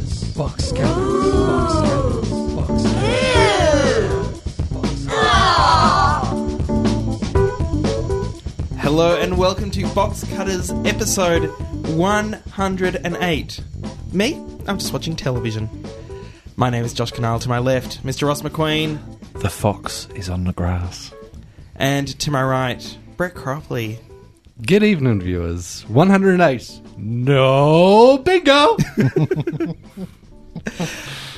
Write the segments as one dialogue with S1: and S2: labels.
S1: Fox Cowboys. Fox Cowboys. Fox Cowboys. Fox Cowboys.
S2: Hello and welcome to Box Cutters episode 108. Me? I'm just watching television. My name is Josh Canal. To my left, Mr. Ross McQueen.
S3: The fox is on the grass.
S2: And to my right, Brett Cropley.
S3: Good evening, viewers. 108. No bingo.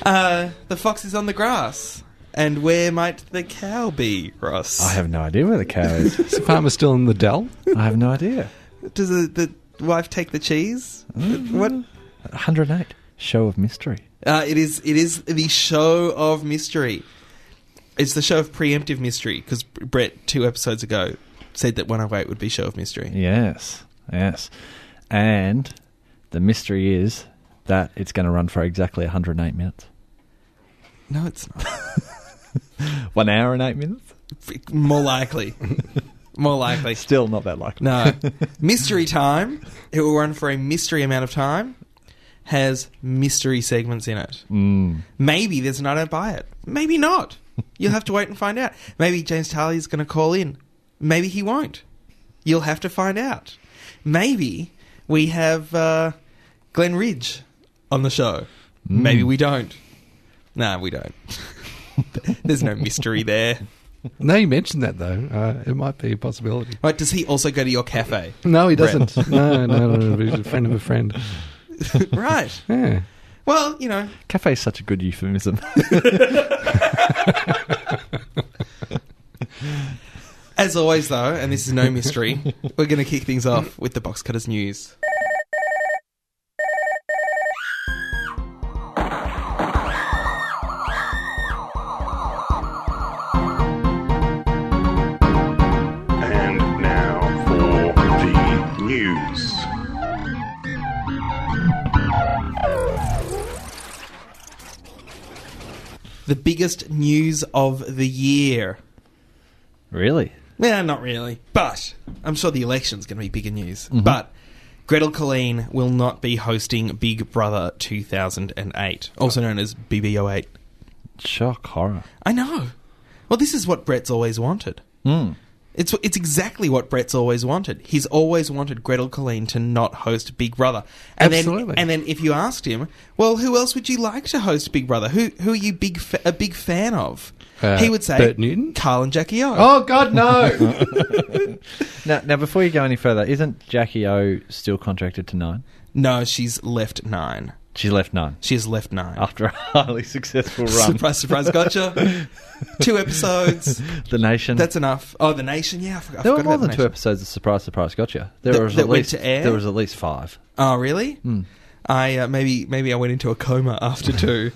S2: Uh, the fox is on the grass. And where might the cow be, Ross?
S4: I have no idea where the cow is.
S3: is the farmer still in the dell?
S4: I have Mm-hmm. no idea.
S2: Does the, the wife take the cheese? What?
S4: 108. Show of mystery.
S2: Uh, it is. It is the show of mystery. It's the show of preemptive mystery because Brett two episodes ago said that 108 would be show of mystery.
S4: Yes, yes. And the mystery is that it's going to run for exactly 108 minutes.
S2: No, it's not.
S4: One hour and eight minutes?
S2: More likely. More likely.
S4: Still not that likely.
S2: No. mystery time. It will run for a mystery amount of time. Has mystery segments in it.
S4: Mm.
S2: Maybe there's an I don't buy it. Maybe not. You'll have to wait and find out. Maybe James Tarley's going to call in. Maybe he won't. You'll have to find out. Maybe we have uh, Glenn Ridge on the show. Maybe we don't. No, we don't. there's no mystery there.
S3: Now you mentioned that, though. Uh, it might be a possibility.
S2: Right, does he also go to your cafe?
S3: No, he
S2: Brett.
S3: doesn't. no, no, no, no. He's a friend of a friend.
S2: right.
S3: Yeah.
S2: Well, you know,
S4: Cafe is such a good euphemism.
S2: as always though, and this is no mystery, we're going to kick things off with the box cutters news.
S5: And now for the news.
S2: The biggest news of the year.
S4: really?
S2: Yeah, not really. Mm-hmm. But I'm sure the election's going to be bigger news. But Gretel Colleen will not be hosting Big Brother 2008, also known as BB08.
S4: Shock horror.
S2: I know. Well, this is what Brett's always wanted.
S4: Mm.
S2: It's it's exactly what Brett's always wanted. He's always wanted Gretel Colleen to not host Big Brother. And
S3: Absolutely.
S2: Then, and then if you asked him, well, who else would you like to host Big Brother? Who who are you big fa- a big fan of?
S3: Uh,
S2: he would say
S3: Bert Newton?
S2: Carl and Jackie O.
S3: Oh, God, no.
S4: Now, now, before you go any further, isn't Jackie O still contracted to nine?
S2: No, she's left nine.
S4: She left nine
S2: She has left nine.
S4: after a highly successful run.
S2: Surprise, surprise, gotcha. two episodes.
S4: the nation.
S2: That's enough. Oh, The Nation. Yeah, I forgot, I
S4: There were
S2: forgot
S4: more
S2: about
S4: than
S2: The
S4: two
S2: Nation.
S4: episodes of Surprise Surprise Gotcha. There
S2: That-
S4: was
S2: that
S4: at
S2: went
S4: least
S2: to air?
S4: there was at least five.
S2: Oh, really? I uh, maybe maybe I went into a coma after two.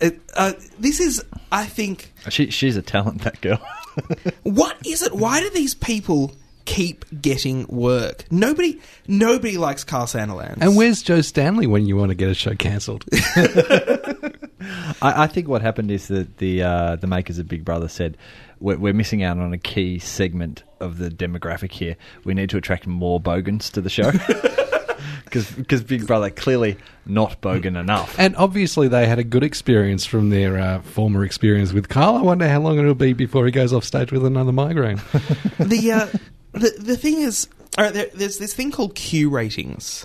S2: it, uh, this is, I think,
S4: She she's a talent that girl.
S2: what is it? Why do these people keep getting work? Nobody nobody likes Carl Sandilands.
S3: and where's Joe Stanley when you want to get a show cancelled?
S4: I, I think what happened is that the uh, the makers of Big Brother said we're, we're missing out on a key segment of the demographic here. We need to attract more bogans to the show. Because Big Brother clearly not bogan enough.
S3: And obviously, they had a good experience from their uh, former experience with Carl. I wonder how long it'll be before he goes off stage with another migraine.
S2: the uh, the the thing is, all right, there, there's this thing called Q ratings,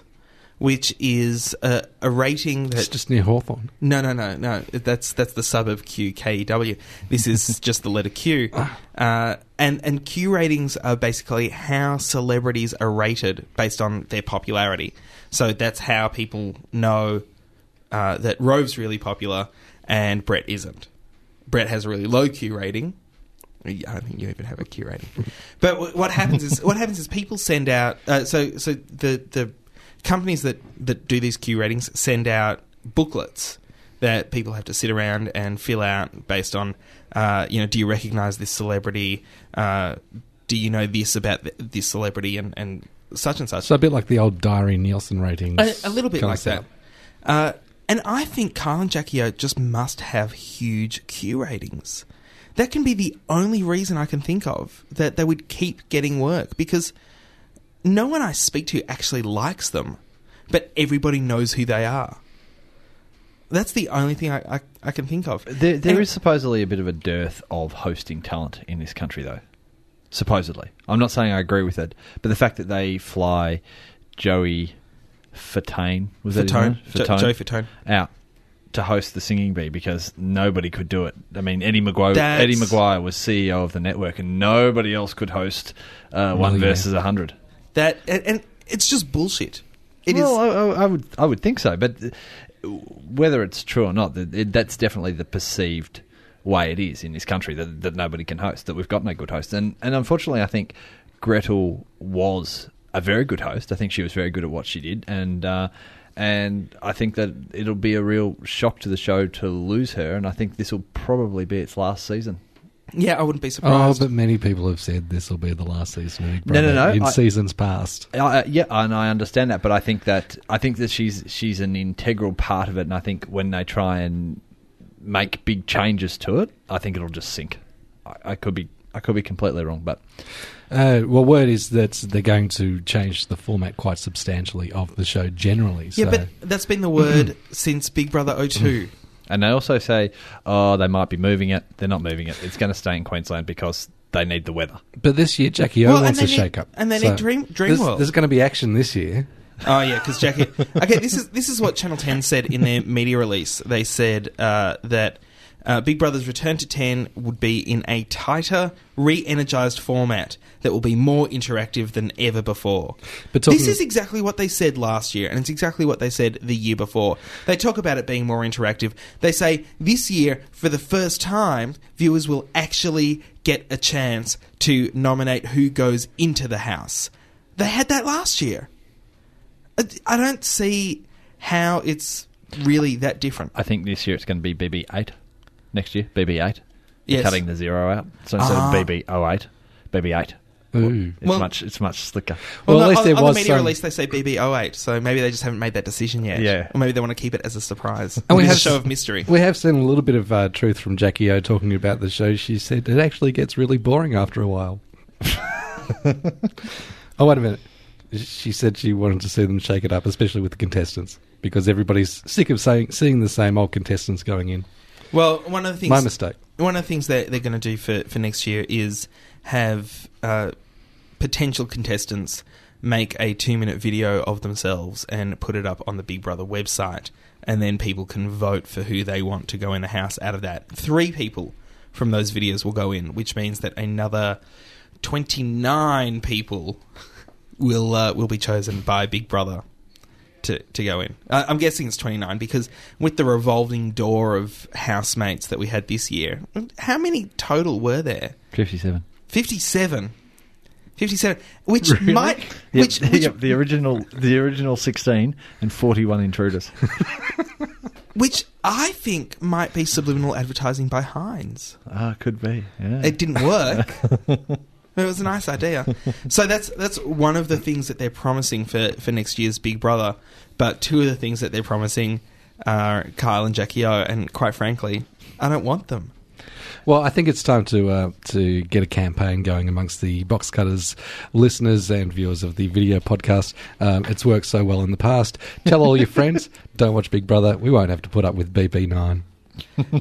S2: which is a, a rating that
S3: it's just near Hawthorne.
S2: No, no, no, no. That's that's the sub of Q K E W. This is just the letter Q. Uh, and and Q ratings are basically how celebrities are rated based on their popularity. So that's how people know uh, that Rove's really popular and Brett isn't. Brett has a really low Q rating. I don't think you even have a Q rating. But wh- what happens is what happens is people send out. Uh, so so the the companies that that do these Q ratings send out booklets that people have to sit around and fill out based on uh, you know do you recognize this celebrity uh, do you know this about th- this celebrity and and such and such
S3: So a bit like the old Diary Nielsen ratings.
S2: a, a little bit
S3: kind
S2: like
S3: of
S2: that.
S3: setup.
S2: Uh, and I think Carl and Jackie O just must have huge Q ratings. That can be the only reason I can think of that they would keep getting work because no one I speak to actually likes them, but everybody knows who they are. That's the only thing I, I, I can think of.
S4: There, there
S2: And-
S4: is supposedly a bit of a dearth of hosting talent in this country, though. Supposedly, I'm not saying I agree with it, but the fact that they fly Joey Fatane was that his
S2: Fatone,
S4: name?
S2: Jo- Joey Fatone.
S4: out to host the singing bee because nobody could do it. I mean, Eddie McGuire,
S2: That's-
S4: Eddie McGuire was CEO of the network, and nobody else could host uh, one
S3: Really?
S4: versus a hundred.
S2: That and, and it's just bullshit. It is.
S4: well, I, I- I would, I would think so, but uh, whether it's true or not, th- it, that's definitely the perceived way it is in this country that, that nobody can host, that we've got no good hosts, and and unfortunately, I think Gretel was a very good host. I think she was very good at what she did, and. Uh, and I think that it'll be a real shock to the show to lose her, and I think this will probably be its last season.
S2: yeah, I wouldn't be
S3: Oh,
S2: surprised.
S3: but many people have said this will be the last season of Big
S4: No, no,
S3: Brother
S4: no,
S3: in
S4: I-
S3: seasons past.
S4: Uh, yeah, and I understand that, but I think that I think that she's she's an integral part of it, and I think when they try and make big changes to it, I think it'll just sink. I, I could be I could be completely wrong, but
S3: Uh, well, word is that they're going to change the format quite substantially of the show generally. So.
S2: yeah, but that's been the word since Big Brother 02.
S4: and they also say, oh, they might be moving it. They're not moving it. It's going to stay in Queensland because they need the weather.
S3: But this year, Jackie O
S2: Well, and
S3: wants
S2: they
S3: a
S2: need-
S3: shake up.
S2: and they need Dream-
S3: There's,
S2: Dreamworld.
S3: there's going to be action this year.
S2: Oh yeah, because Jackie. Okay, this is this is what Channel Ten said in their media release. They said uh, that uh, Big Brother's return to Ten would be in a tighter, re-energized format that will be more interactive than ever before.
S3: But talking-
S2: this is exactly what they said last year, and it's exactly what they said the year before. They talk about it being more interactive. They say this year, for the first time, viewers will actually get a chance to nominate who goes into the house. They had that last year. I- I don't see how it's really that different.
S4: I think this year it's going to be BB8. Next year, BB8.
S2: Yes.
S4: Cutting the zero out. So instead
S2: Ah.
S4: of BB08, BB8.
S3: Ooh.
S4: It's
S2: Well-
S4: much it's much slicker.
S3: Well,
S2: no,
S3: at least
S2: on,
S3: there
S2: on
S3: was
S2: the media
S3: some-
S2: release, they say BB08, so maybe they just haven't made that decision yet.
S4: Yeah.
S2: Or maybe they want to keep it as a surprise.
S3: And we
S2: It's
S3: have
S2: a show
S3: s-
S2: of mystery.
S3: We have seen a little bit of uh, truth from Jackie O talking about the show. She said it actually gets really boring after a while. oh, wait a minute. She said she wanted to see them shake it up, especially with the contestants, because everybody's sick of saying, seeing the same old contestants going in.
S2: Well, one of the things
S3: My mistake.
S2: one of the things that they're going to do for, for next year is have uh, potential contestants make a two minute video of themselves and put it up on the Big Brother website, and then people can vote for who they want to go in the house out of that. Three people from those videos will go in, which means that another 29 people will uh, will be chosen by Big Brother to, to go in. Uh, I'm guessing it's 29 because with the revolving door of housemates that we had this year, how many total were there?
S4: 57.
S2: 57. 57, which
S4: Really?
S2: might
S4: Yep,
S2: which, which,
S4: yep, the original the original 16 and 41 intruders.
S2: which I think might be subliminal advertising by Heinz.
S4: ah, could be. Yeah.
S2: It didn't work. it was a nice idea. So that's that's one of the things that they're promising for, for next year's Big Brother. But two of the things that they're promising are Kyle and Jackie O. And quite frankly, I don't want them.
S3: Well, I think it's time to uh, to get a campaign going amongst the box cutters, listeners, and viewers of the video podcast. Um, it's worked so well in the past. Tell all your friends. Don't watch Big Brother. We won't have to put up with BB nine.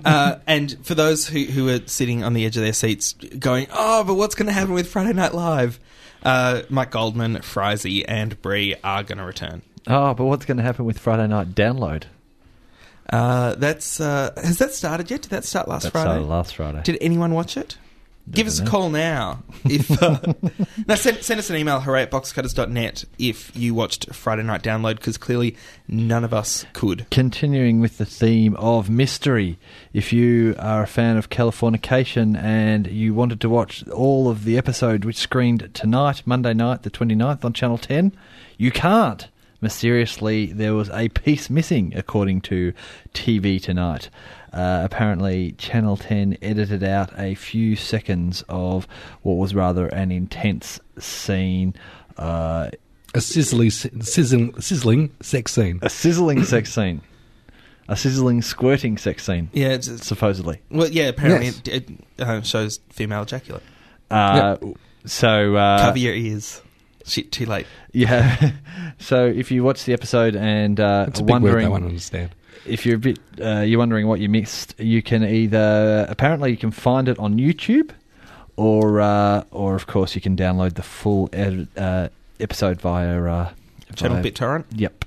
S2: uh, and for those who, who are sitting on the edge of their seats going, oh, but what's going to happen with Friday Night Live? Uh, Mike Goldman, Frizy, and Brie are going to return.
S4: oh, but what's going to happen with Friday night download?
S2: Uh, that's uh, Has that started yet? Did that start last
S4: That
S2: Friday?
S4: started last Friday.
S2: Did anyone watch it? Give us a
S4: know.
S2: call now. If uh, now send, send us an email, hooray at boxcutters.net if you watched Friday Night Download because clearly none of us could.
S4: Continuing with the theme of mystery, if you are a fan of Californication and you wanted to watch all of the episode which screened tonight, Monday night, the 29th on Channel 10, you can't. Mysteriously, there was a piece missing, according to TV Tonight. Uh, apparently, Channel 10 edited out a few seconds of what was rather an intense scene. Uh,
S3: A sizzly, sizzling, sizzling sex scene.
S4: a sizzling sex scene. A sizzling, squirting sex scene.
S2: Yeah, it's, it's-
S4: supposedly.
S2: well, yeah. Apparently,
S3: Yes.
S2: it, it uh, shows female ejaculate.
S4: Uh, So uh,
S2: Cover your ears. Shit, too late.
S4: yeah. so if you watch the episode and uh,
S3: It's a big word
S4: wondering
S3: no one understand.
S4: if you're a bit, uh, you're wondering what you missed, you can either apparently you can find it on YouTube, or uh, or of course you can download the full ed- uh, episode via uh,
S2: Channel
S4: via-
S2: BitTorrent.
S4: Yep.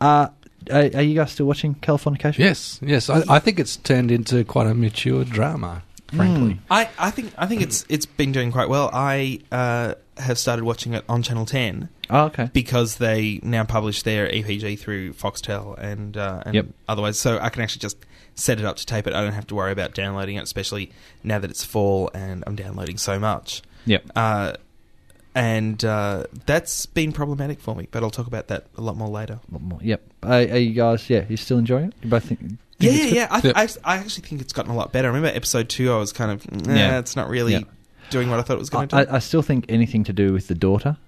S4: Uh, are, are you guys still watching Californication?
S3: Yes, yes. I, I think it's turned into quite a mature drama,
S4: Hmm.
S3: frankly.
S2: I, I think I think it's it's been doing quite well. I uh, have started watching it on Channel Ten
S4: Oh, okay.
S2: because they now publish their EPG through Foxtel and uh, and
S4: Yep.
S2: otherwise. So I can actually just set it up to tape it. I don't have to worry about downloading it, especially now that it's fall and I'm downloading so much.
S4: Yep.
S2: Uh, and uh, that's been problematic for me, but I'll talk about that a lot more later.
S4: Lot more. Yep. Are, are you guys? Yeah. You still enjoying it? You both think? think
S2: Yeah,
S4: it's
S2: yeah,
S4: good?
S2: yeah. I, th-
S3: Yep.
S2: I, s- I actually think it's gotten a lot better. I remember episode two, I was kind of, nah,
S4: Yeah.
S2: it's not really
S4: Yeah.
S2: doing what I thought it was going to
S4: I,
S2: do.
S4: I, I still think anything to do with the daughter,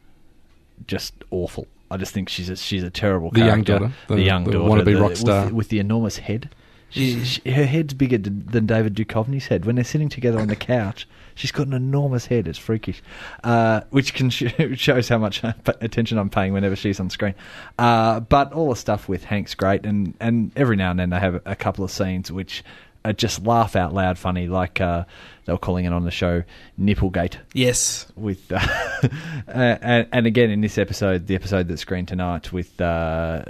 S4: just awful. I just think she's a, she's a terrible
S3: The young
S4: character.
S3: daughter?
S4: the,
S3: The-
S4: young
S3: the
S4: daughter,
S3: wannabe rock
S4: with-
S3: star?
S4: with, the enormous head. She,
S2: Yeah.
S4: she, her head's bigger d- than David Duchovny's head. When they're sitting together on the couch, she's got an enormous head. It's freakish, uh, which can sh- shows how much uh, attention I'm paying whenever she's on screen. Uh, but all the stuff with Hank's great, and and every now and then they have a couple of scenes which are just laugh out loud funny, like uh, they were calling it on the show Nipplegate
S2: yes.
S4: with uh, and, and again in this episode the episode that's screened tonight with uh,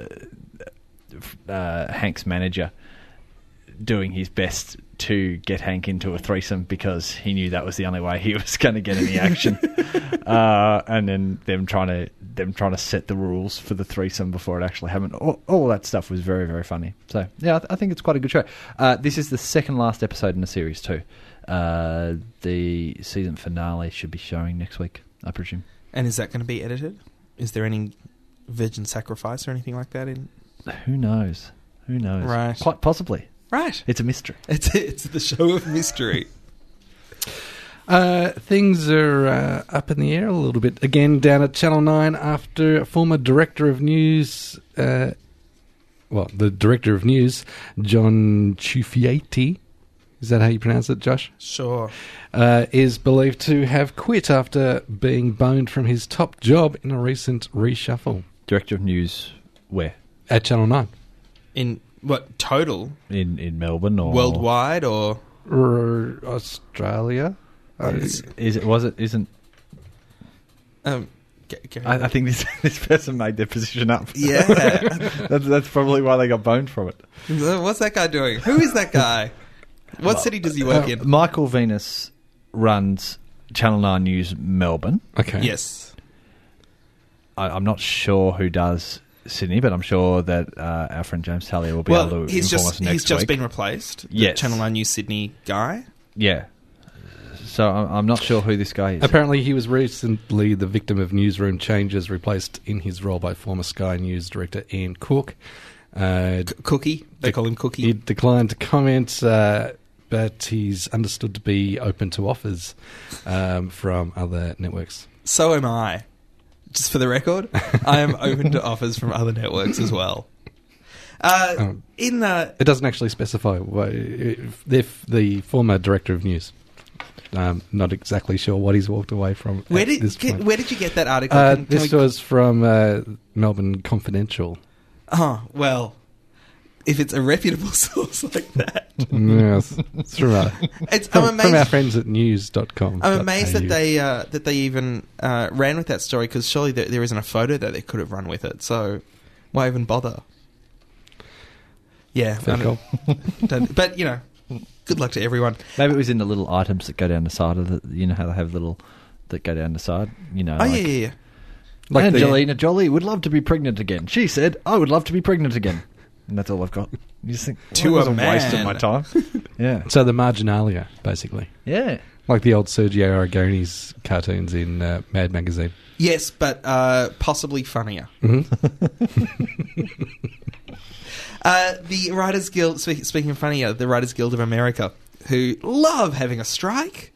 S4: f- uh, hank's manager doing his best to get hank into a threesome because he knew that was the only way he was going to get any action uh, and then them trying to them trying to set the rules for the threesome before it actually happened all, all that stuff was very very funny so yeah I, th- I think it's quite a good show uh, this is the second last episode in the series too uh, the season finale should be showing next week i presume
S2: And is that going to be edited? Is there any virgin sacrifice or anything like that in?
S4: who knows who knows
S2: Right.
S4: quite possibly
S2: Right.
S4: it's a mystery
S2: It's it's the show of mystery.
S3: Uh, things are uh, up in the air a little bit again down at Channel Nine after former director of news, uh, well, the director of news, John Ciuffietti. Is that how you pronounce it, Josh?
S2: sure.
S3: uh, is believed to have quit after being boned from his top job in a recent reshuffle
S4: director of news where
S3: at Channel 9.
S2: In what total
S4: in in melbourne or
S2: worldwide or
S3: R- Australia? Uh,
S4: is, is it was it isn't
S2: um? G- Gary-
S4: I, I think this this person made their position up
S2: yeah.
S4: that's, that's probably why they got boned from it
S2: What's that guy doing? Who is that guy? What city does he work in?
S4: Uh, michael venus runs channel 9 news melbourne
S3: okay.
S2: Yes.
S4: I, i'm not sure who does sydney but i'm sure that uh, our friend james Talley will be able
S2: Well,
S4: to
S2: he's
S4: inform
S2: just
S4: us next
S2: he's just
S4: week.
S2: been replaced. The
S4: Yes.
S2: Channel Nine New Sydney guy.
S4: Yeah. So I'm, I'm not sure who this guy is.
S3: Apparently, he was recently the victim of newsroom changes, replaced in his role by former Sky News director Ian Cook. Uh,
S2: C- Cookie. They call him Cookie.
S3: he declined to comment, uh, but he's understood to be open to offers um, from other networks.
S2: So am I. Just for the record, I am open to offers from other networks as well. Uh,
S3: Um,
S2: in the
S3: It doesn't actually specify wha- if if the former director of news. Um, not exactly sure what he's walked away from. at
S2: where did
S3: this
S2: ca-
S3: point.
S2: where did you get that article?
S3: uh,
S2: Can- can
S3: this
S2: we-
S3: was from uh, Melbourne Confidential.
S2: Oh, well, if it's a reputable source like that.
S3: yes, it's from, our-
S2: It's,
S3: from,
S2: I'm amazed.
S3: from our friends at news.com.
S2: I'm amazed that they uh, that they even uh, ran with that story because surely there, there isn't a photo that they could have run with it. So why even bother? Yeah, I
S3: Fair
S2: don't- don't- but you know, good luck to everyone.
S4: Maybe it was in the little items that go down the side of the. You know how they have little that go down the side. You know.
S2: oh
S4: like,
S2: yeah, yeah, yeah.
S3: Like the-
S4: Angelina Jolie would love to be pregnant again. She said, "I would love to be pregnant again." And that's all I've got. You just think
S2: To
S4: well, that
S2: a
S4: was waste of
S2: man.
S4: my time. yeah,
S3: So the marginalia, basically.
S4: yeah.
S3: Like the old Sergio Aragone's cartoons in uh, Mad Magazine.
S2: Yes, but uh, possibly funnier. uh, the Writers Guild, spe- speaking of funnier, the Writers Guild of America, who love having a strike,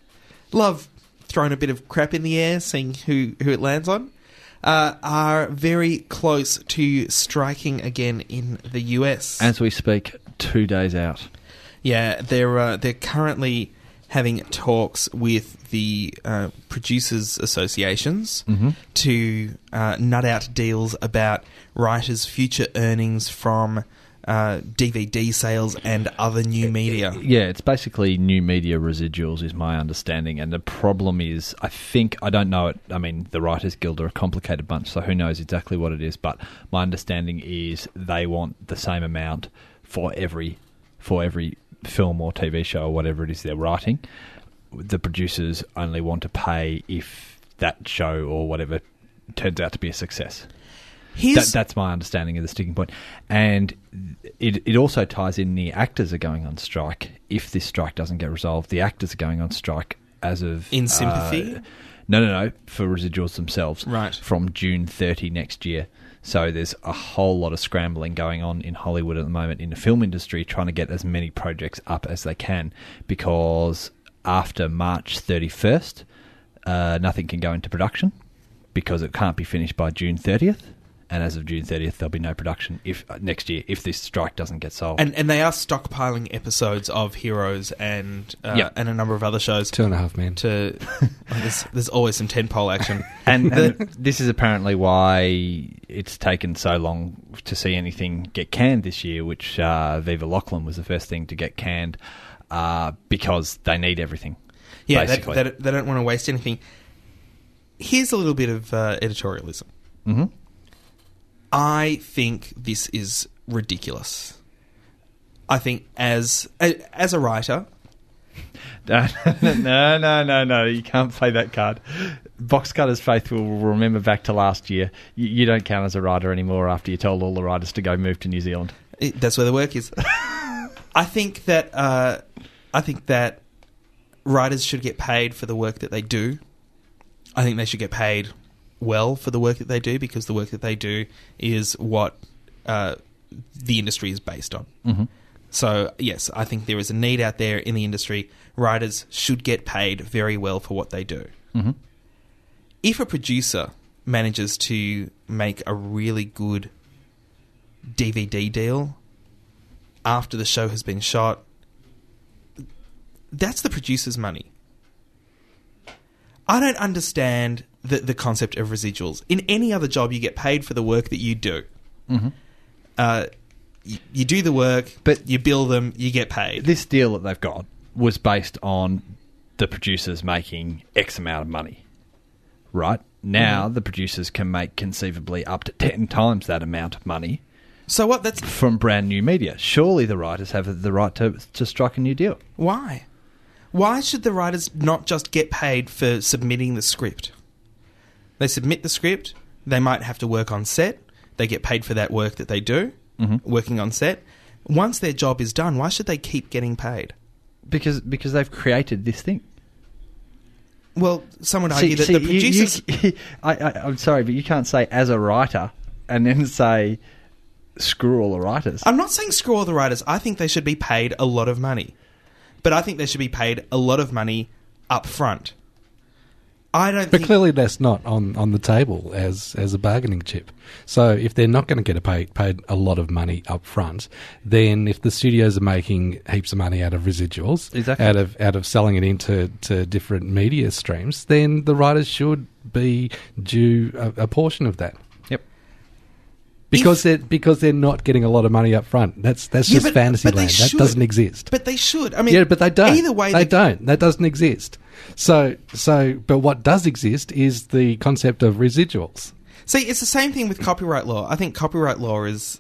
S2: love throwing a bit of crap in the air, seeing who, who it lands on, uh, are very close to striking again in the US.
S4: As we speak, two days out.
S2: Yeah, they're uh, they're currently having talks with the uh, producers' associations
S4: Mm-hmm.
S2: to uh, nut out deals about writers' future earnings from uh, DVD sales and other
S4: Eh,
S2: new media.
S4: Yeah, it's basically new media residuals, is my understanding. And the problem is, I think, I don't know it. I mean, the Writers Guild are a complicated bunch, so who knows exactly what it is. But my understanding is they want the same amount for every for every film or TV show or whatever it is they're writing. The producers only want to pay if that show or whatever turns out to be a success. That,
S2: Here's,
S4: that's my understanding of the sticking point. And it, it also ties in the actors are going on strike. If this strike doesn't get resolved, the actors are going on strike as of.
S2: In sympathy?
S4: uh, no, no, no. For residuals themselves.
S2: Right.
S4: From June 30 next year. So there's a whole lot of scrambling going on in Hollywood at the moment in the film industry, trying to get as many projects up as they can because after March 31st, uh, nothing can go into production because it can't be finished by June 30th. And as of June 30th, there'll be no production if uh, next year if this strike doesn't get solved.
S2: and and they are stockpiling episodes of Heroes and uh,
S4: Yeah.
S2: and a number of other shows.
S3: Two and a half men.
S2: to oh, there's, there's always some tentpole action.
S4: and,
S2: The-
S4: and this is apparently why it's taken so long to see anything get canned this year, which uh, Viva Lachlan was the first thing to get canned uh, because they need everything.
S2: yeah, they,
S4: basically.
S2: they, they don't want to waste anything. Here's a little bit of uh, editorialism.
S4: hmm
S2: I think this is ridiculous. I think as a, as a writer,
S4: no, no, no, no. You can't play that card. Box Cutters Faithful will remember back to last year. You, you don't count as a writer anymore after you told all the writers to go move to New Zealand.
S2: It, that's where the work is. I think that uh, I think that writers should get paid for the work that they do. I think they should get paid well for the work that they do because the work that they do is what uh, the industry is based on.
S4: Mm-hmm.
S2: So yes, I think there is a need out there in the industry. Writers should get paid very well for what they do.
S4: Mm-hmm.
S2: If a producer manages to make a really good DVD deal after the show has been shot, that's the producer's money. I don't understand the, the concept of residuals. In any other job, you get paid for the work that you do.
S4: Mm-hmm.
S2: Uh, you, you do the work,
S4: But-
S2: you bill them, you get paid.
S4: This deal that they've got was based on the producers making X amount of money, right? Now
S2: Mm-hmm.
S4: the producers can make conceivably up to 10 times that amount of money
S2: so what? That's
S4: from brand new media. Surely the writers have the right to, to strike a new deal.
S2: Why? Why should the writers not just get paid for submitting the script? They submit the script, they might have to work on set, they get paid for that work that they do,
S4: Mhm.
S3: Mm-hmm.
S2: working on set. Once their job is done, why should they keep getting paid?
S4: Because, because they've created this thing.
S2: Well, someone argue that the
S4: you- you-
S2: producers.
S4: I, I, I'm sorry, but you can't say as a writer and then say screw all the writers.
S2: I'm not saying screw all the writers. I think they should be paid a lot of money. But I think they should be paid a lot of money up front. I don't
S3: But
S2: think.
S3: clearly, that's not on, on the table as as a bargaining chip. So, if they're not going to get a paid paid a lot of money up front, then if the studios are making heaps of money out of residuals,
S4: Exactly.
S3: out of out of selling it into to different media streams, then the writers should be due a, a portion of that
S4: Yep.
S3: because they're because they're not getting a lot of money up front. That's that's
S2: Yeah,
S3: just
S2: but- but
S3: fantasy
S2: they
S3: land. That
S2: should.
S3: doesn't exist.
S2: But they should. I mean,
S3: yeah, but they don't.
S2: Either way,
S3: they
S2: the-
S3: don't. That doesn't exist. So, so, but what does exist is the concept of residuals.
S2: See, it's the same thing with copyright law. I think copyright law is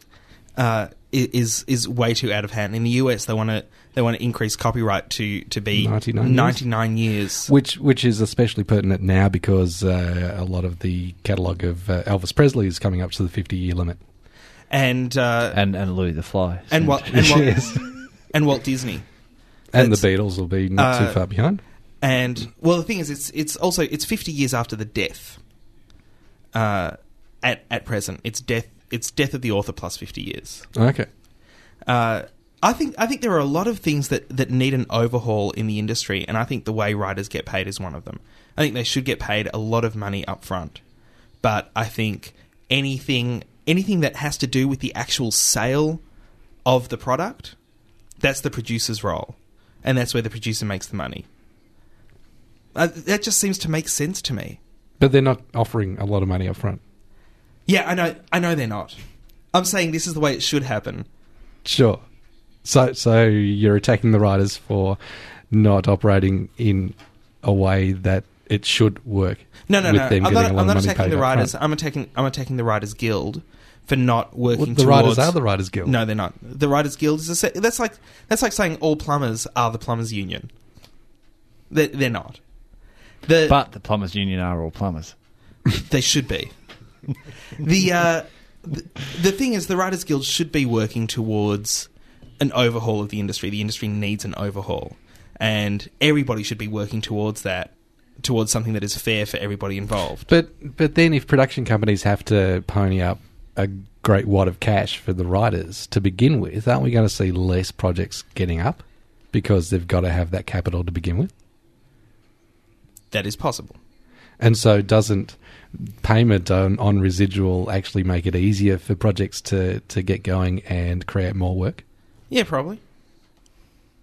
S2: uh, i- is is way too out of hand. In the US, they want to they want to increase copyright to to be
S3: 99 years?
S2: 99 years.
S3: Which, which is especially pertinent now because uh, a lot of the catalogue of uh, Elvis Presley is coming up to the 50 year limit.
S2: and uh,
S4: And, and Louis the Fly.
S2: and Walt and Walt, and Walt Disney.
S3: And
S2: That's-
S3: the Beatles will be not
S2: uh,
S3: too far behind.
S2: And well, the thing is, it's it's also it's 50 years after the death. Uh, at at present, it's death it's death of the author plus 50 years.
S3: Okay.
S2: uh, I think I think there are a lot of things that, that need an overhaul in the industry, and I think the way writers get paid is one of them. I think they should get paid a lot of money up front, but I think anything anything that has to do with the actual sale of the product, that's the producer's role, and that's where the producer makes the money. Uh, that just seems to make sense to me.
S3: But they're not offering a lot of money up front.
S2: Yeah, I know. I know they're not. I'm saying this is the way it should happen,
S3: Sure. So, so you're attacking the writers for not operating in a way that it should work.
S2: No, no,
S3: with
S2: no.
S3: them
S2: I'm
S3: getting
S2: not,
S3: a lot
S2: I'm
S3: of
S2: not
S3: money
S2: attacking
S3: paid
S2: the
S3: up
S2: writers.
S3: front.
S2: I'm attacking. I'm attacking the Writers Guild for not working.
S3: Well, the writers
S2: towards-
S3: are the Writers Guild.
S2: No, they're not. The Writers Guild is a, se- that's like that's like saying all plumbers are the plumbers union. They, they're not. The,
S4: But the plumbers union are all plumbers.
S2: they should be. the, uh, the the thing is, the Writers Guild should be working towards an overhaul of the industry. The industry needs an overhaul, and everybody should be working towards that, towards something that is fair for everybody involved.
S3: But but then if production companies have to pony up a great wad of cash for the writers to begin with, aren't we going to see less projects getting up because they've got to have that capital to begin with?
S2: That is possible.
S3: And so doesn't payment on, on residual actually make it easier for projects to, to get going and create more work?
S2: Yeah, probably.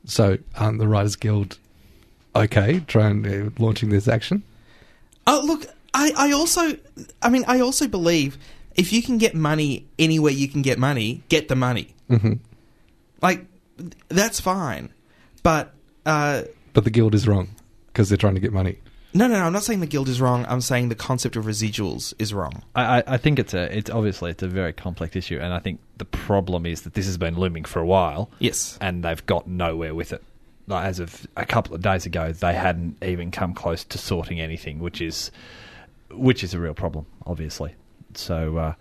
S3: So aren't the Writers Guild okay trying uh, launching this action?
S2: Oh, look, I, I also, I mean, I also believe if you can get money anywhere you can get money, get the money.
S3: Mm-hmm.
S2: Like, th- that's fine. But, uh,
S3: But the guild is wrong because they're trying to get money.
S2: no, no, no, I'm not saying the guild is wrong. I'm saying the concept of residuals is wrong.
S4: I, I- I think it's a it's obviously it's a very complex issue, and I think the problem is that this has been looming for a while,
S2: Yes.
S4: and they've got nowhere with it. Like as of a couple of days ago, they hadn't even come close to sorting anything, which is which is a real problem, obviously. So, uh,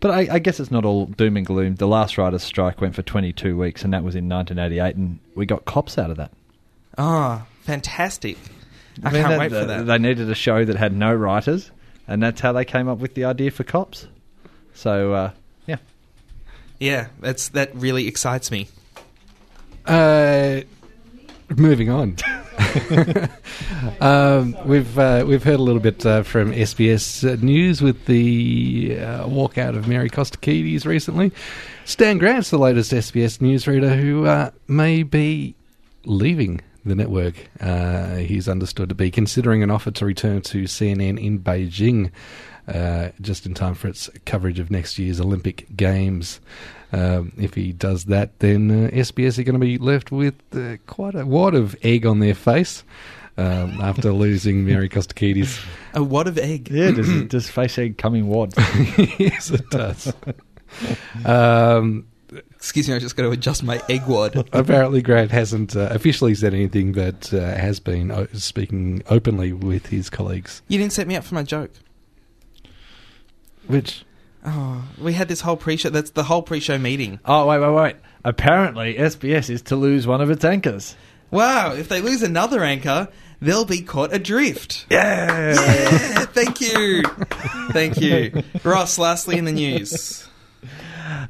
S4: but I, I guess it's not all doom and gloom. The last writers' strike went for 22 weeks, and that was in 1988, and we got cops out of that.
S2: Ah, fantastic. I,
S4: mean,
S2: can't
S4: that-
S2: wait for
S4: they-
S2: that.
S4: They needed a show that had no writers, and that's how they came up with the idea for cops. So, uh, yeah.
S2: yeah, that's that really excites me.
S3: Uh, moving on. um, we've uh, we've heard a little bit uh, from SBS uh, News with the uh, walkout of Mary Costakides recently. Stan Grant's the latest SBS newsreader who uh, may be leaving the network. Uh, he's understood to be considering an offer to return to CNN in Beijing. Uh, just in time for its coverage of next year's Olympic Games. Um, if he does that, then uh, SBS are going to be left with uh, quite a wad of egg on their face um, after losing Mary Costacidis.
S2: A wad of egg.
S4: Yeah, does, does face egg come in wads?
S3: yes, it does. um,
S2: Excuse me, I just got to adjust my egg wad.
S3: apparently Grant hasn't uh, officially said anything, but uh, has been o- speaking openly with his colleagues.
S2: you didn't set me up for my joke.
S3: Which
S2: Oh, we had this whole pre-show. That's the whole pre-show meeting.
S4: Oh, wait, wait, wait. Apparently, SBS is to lose one of its anchors.
S2: Wow, if they lose another anchor, they'll be caught adrift.
S4: Yeah.
S2: Yeah, thank you. Thank you. Ross, lastly in the news.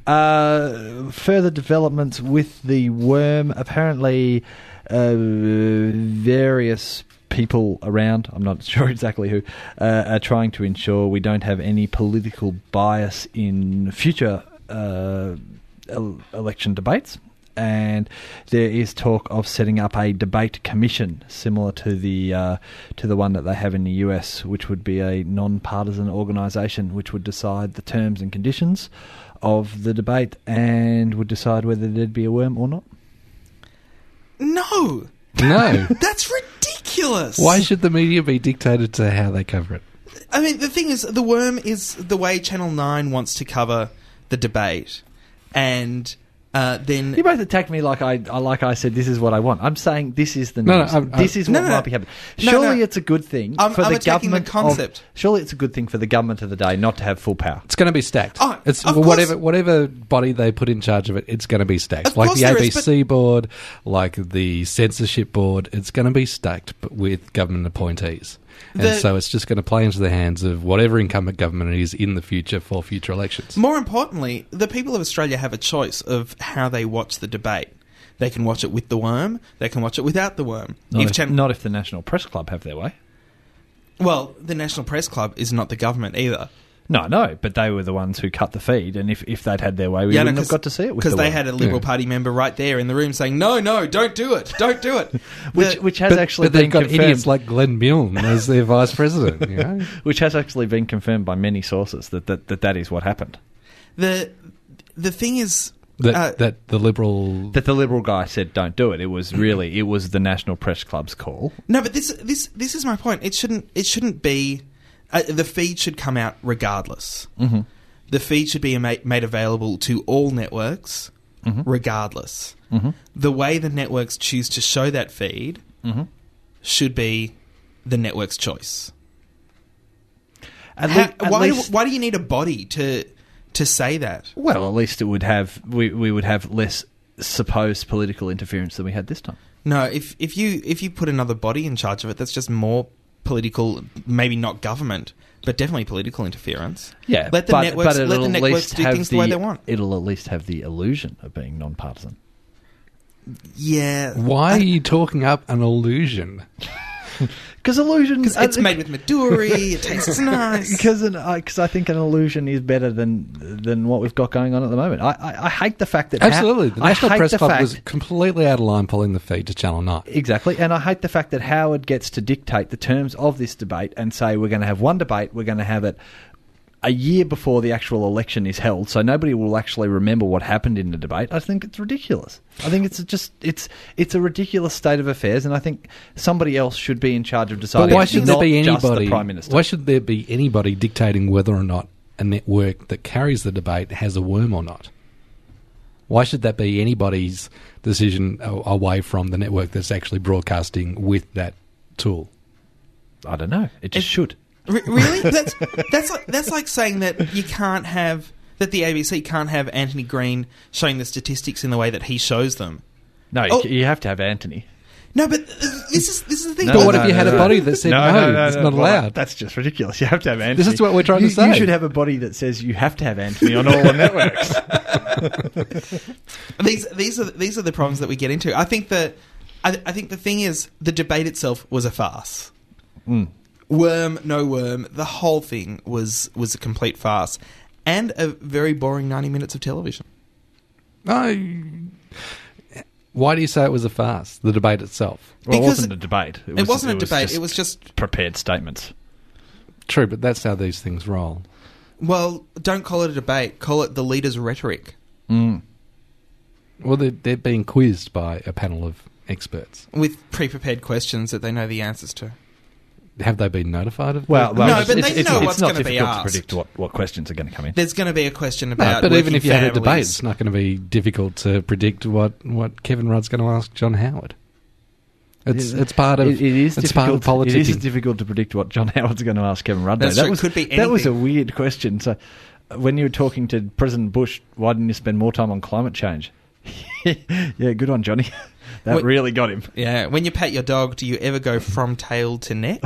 S4: Uh, further developments with the worm. Apparently, uh, various people around, I'm not sure exactly who, uh, are trying to ensure we don't have any political bias in future uh, el- election debates. And there is talk of setting up a debate commission similar to the uh, to the one that they have in the US, which would be a non-partisan organisation which would decide the terms and conditions of the debate and would decide whether there'd be a worm or not.
S2: No,
S3: no.
S2: that's ridiculous.
S3: Why should the media be dictated to how they cover it?
S2: I mean, the thing is, the worm is the way Channel Nine wants to cover the debate, and uh, then
S4: You both attacked me like I I- like I said this is what I want. I'm saying this is the news.
S3: No, no, I'm-
S4: this is
S2: I'm-
S4: what
S2: No, no,
S4: might
S2: no.
S4: be happening.
S2: No,
S4: Surely
S2: no.
S4: it's a good thing
S2: I'm-
S4: for
S2: I'm
S4: the
S2: attacking the
S4: government. of-
S2: concept.
S4: surely it's a good thing for the government of the day not to have full power.
S3: It's going to be stacked.
S2: Oh,
S3: it's
S2: of
S3: whatever
S2: course.
S3: whatever body they put in charge of it. It's going to be stacked,
S2: Of
S3: like
S2: course
S3: the
S2: there is,
S3: ABC board, like the censorship board. It's going to be stacked, but with government appointees, and
S2: The-
S3: so it's just going to play into the hands of whatever incumbent government is in the future for future elections.
S2: More importantly, the people of Australia have a choice of how they watch the debate. They can watch it with the worm. They can watch it without the worm.
S4: Not if,
S2: Channel-
S4: not if the National Press Club have their way.
S2: well, the National Press Club is not the government either.
S4: No, no, but they were the ones who cut the feed, and if, if they'd had their way, we
S2: Yeah, no,
S4: wouldn't have
S2: 'cause-
S4: got to see it with
S2: because
S4: the
S2: they
S4: worm.
S2: had a Liberal
S3: Yeah.
S2: Party member right there in the room saying, "No, no, don't do it, don't do it."
S4: which
S2: The-
S4: which has actually
S3: but they've
S4: been
S3: got
S4: confirmed.
S3: idiots like Glenn Milne as their vice president. You know?
S4: which has actually been confirmed by many sources that that, that, that is what happened.
S2: the the thing is,
S3: That,
S2: Uh,
S3: that the liberal.
S4: that the liberal guy said don't do it. It was really it was the National Press Club's call.
S2: No, but this this this is my point. It shouldn't it shouldn't be uh, the feed should come out regardless. Mm-hmm. The feed should be ma- made available to all networks
S4: Mm-hmm.
S2: regardless. The way the networks choose to show that feed
S4: Mm-hmm.
S2: should be the network's choice.
S4: At
S2: How-
S4: lea- at
S2: why,
S4: least-
S2: why do you need a body to to say that?
S4: well, at least it would have we, we would have less supposed political interference than we had this time.
S2: No, if if you if you put another body in charge of it, that's just more political. Maybe not government, but definitely political interference.
S4: Yeah,
S2: let the
S4: but,
S2: networks
S4: but it'll
S2: let the
S4: at
S2: networks
S4: least
S2: do
S4: have
S2: things the, way they want.
S4: It'll at least have the illusion of being non-partisan.
S2: Yeah,
S3: Why are you talking up an illusion?
S4: Because illusion,
S2: Because it's made with Maduri. it tastes nice.
S4: Because because I think an illusion is better than than what we've got going on at the moment. I I, I hate the fact that
S3: Absolutely. The
S4: How, I
S3: National
S4: hate
S3: Press
S4: the
S3: Club
S4: fact,
S3: was completely out of line pulling the feed to Channel 9.
S4: Exactly. And I hate the fact that Howard gets to dictate the terms of this debate and say we're going to have one debate, we're going to have it a year before the actual election is held, so nobody will actually remember what happened in the debate. I think it's ridiculous. I think it's just it's it's a ridiculous state of affairs and I think somebody else should be in charge of deciding
S3: But why should there
S4: not
S3: be
S4: just
S3: anybody?
S4: the prime minister.
S3: Why should there be anybody dictating whether or not a network that carries the debate has a worm or not? Why should that be anybody's decision a- away from the network that's actually broadcasting with that tool?
S4: I don't know. It just
S2: It-
S4: should.
S2: Re- really? That's that's like, that's like saying that you can't have that the ABC can't have Anthony Green showing the statistics in the way that he shows them.
S4: No,
S2: Oh.
S4: you have to have Anthony.
S2: No, but uh, this is this is the thing.
S4: No,
S3: But what
S4: no,
S3: if you
S4: no,
S3: had a
S4: no.
S3: body that said no, it's not
S4: Well,
S3: allowed?
S4: that's just ridiculous. You have to have Anthony.
S3: This is what we're trying to
S4: you,
S3: say.
S4: You should have a body that says you have to have Anthony on all the networks.
S2: these these are these are the problems that we get into. I think that I, I think the thing is the debate itself was a farce. Worm, no worm, the whole thing was was a complete farce, and a very boring ninety minutes of television.
S3: No. Why do you say it was a farce? The debate itself.
S4: Well, it
S2: Because
S4: wasn't a debate.
S2: It, was, not a debate. it was just
S4: prepared statements.
S3: True, but that's how these things roll.
S2: well, don't call it a debate. Call it the leader's rhetoric.
S3: Well, they're, they're being quizzed by a panel of experts.
S2: with pre-prepared questions that they know the answers to.
S3: Have they been notified of?
S4: Well,
S2: No, but they know what's
S4: not
S2: gonna be
S4: difficult
S2: asked.
S4: to predict what, what questions are going to come in.
S2: There's going to be a question
S3: No,
S2: about.
S3: but even
S2: working
S3: if you had a debate,
S2: families.
S3: it's not going to be difficult to predict what, what Kevin Rudd's going to ask John Howard. It's
S4: Yeah.
S3: it's part of
S4: It- it is
S3: it's part of
S4: difficult-
S3: politics.
S4: It is difficult to predict what John Howard's going to ask Kevin Rudd. though.
S2: That's
S4: that
S2: true. It
S4: was
S2: could be
S4: that was a
S2: anything.
S4: weird question. So, uh, when you were talking to President Bush, why didn't you spend more time on climate change? yeah, good one, Johnny. That
S2: What-
S4: really got him.
S2: Yeah, when you pet your dog, do you ever go from tail to neck?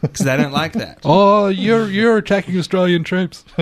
S2: Because they don't like that.
S3: Oh, you're you're attacking Australian troops.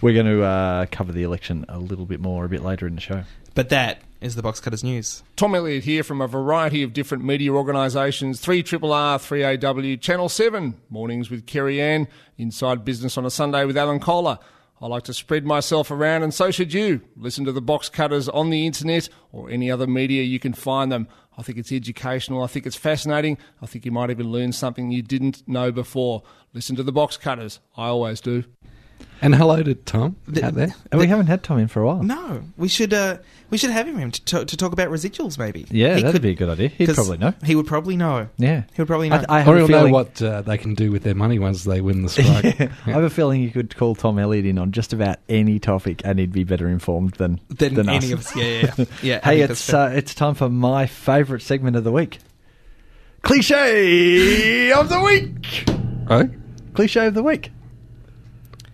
S4: We're going to uh, cover the election a little bit more a bit later in the show.
S2: But that is the box cutters news.
S6: Tom Elliott here from a variety of different media organisations 3RR, 3AW, Channel 7, Mornings with Kerry Ann, Inside Business on a Sunday with Alan Kohler. I like to spread myself around, and so should you. Listen to the box cutters on the internet or any other media you can find them. I think it's educational. I think it's fascinating. I think you might even learn something you didn't know before. Listen to the box cutters. I always do.
S3: And hello to Tom out there.
S4: And we haven't had Tom in for a while.
S2: No, we should uh, we should have him to, to, to talk about residuals, maybe.
S4: Yeah,
S2: He
S4: that'd
S2: could-
S4: be a good idea. He'd
S2: 'cause
S4: probably know.
S2: He would probably know.
S4: Yeah.
S2: he would probably know.
S4: I, I have
S3: Or
S4: a
S3: he'll know
S4: feeling,
S3: what uh, they can do with their money once they win the strike.
S4: Yeah, I have a feeling you could call Tom Elliott in on just about any topic, and he'd be better informed than
S2: than, any
S4: us.
S2: of us. Yeah, yeah, yeah. yeah I
S4: hey,
S2: think that's
S4: it's
S2: fair.
S4: uh, it's time for my favourite segment of the week. Cliche of the week.
S3: Oh,
S4: Cliche of the week.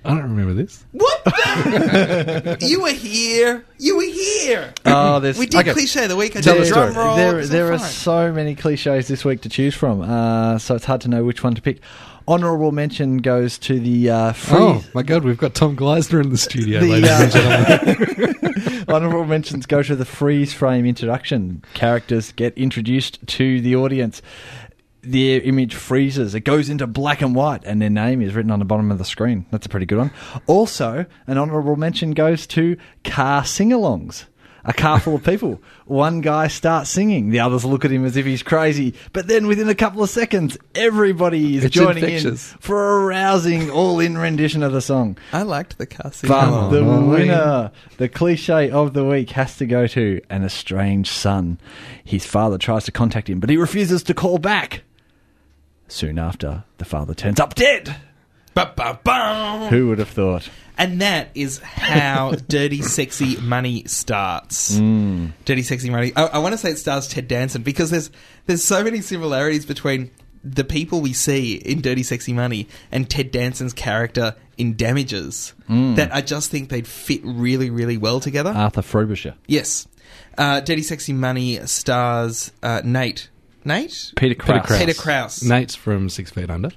S3: I don't remember this.
S2: What?
S4: uh,
S2: the- you were here. You were here.
S4: Oh, there's
S2: We did
S3: Okay.
S2: cliche of the week. I
S3: Tell
S2: did
S3: the
S2: a
S3: story.
S2: drum roll. It
S4: There,
S2: was all
S4: there are
S2: fine.
S4: so many cliches this week to choose from, uh, so it's hard to know which one to pick. Honourable mention goes to the uh, free.
S3: Oh my God, we've got Tom Gleisner in the studio,
S4: The,
S3: ladies and
S4: uh,
S3: gentlemen.
S4: Honourable mentions go to the freeze frame introduction. Characters get introduced to the audience. Their image freezes. It goes into black and white, and their name is written on the bottom of the screen. That's a pretty good one. Also, an honourable mention goes to car sing alongs. a car full of people. One guy starts singing, the others look at him as if he's crazy. But then within a couple of seconds, everybody is
S3: It's
S4: joining
S3: infectious.
S4: in for a rousing all in rendition of the song.
S2: I liked the car scene.
S4: But
S3: Oh,
S4: the
S3: man.
S4: winner, the cliche of the week, has to go to an estranged son. His father tries to contact him, but he refuses to call back. Soon after, the father turns up dead.
S2: Ba-ba-bum.
S4: Who would have thought?
S2: And that is how Dirty Sexy Money starts.
S3: Mm.
S2: Dirty Sexy Money. I, I want to say it stars Ted Danson because there's there's so many similarities between the people we see in Dirty Sexy Money and Ted Danson's character in Damages
S3: Mm.
S2: that I just think they'd fit really, really well together.
S3: Uh.
S4: Arthur Frobisher,
S2: yes. Uh, Dirty Sexy Money stars uh, Nate. Nate?
S4: Peter Krause.
S3: Krause.
S2: Peter Krause.
S3: Nate's from Six Feet Under.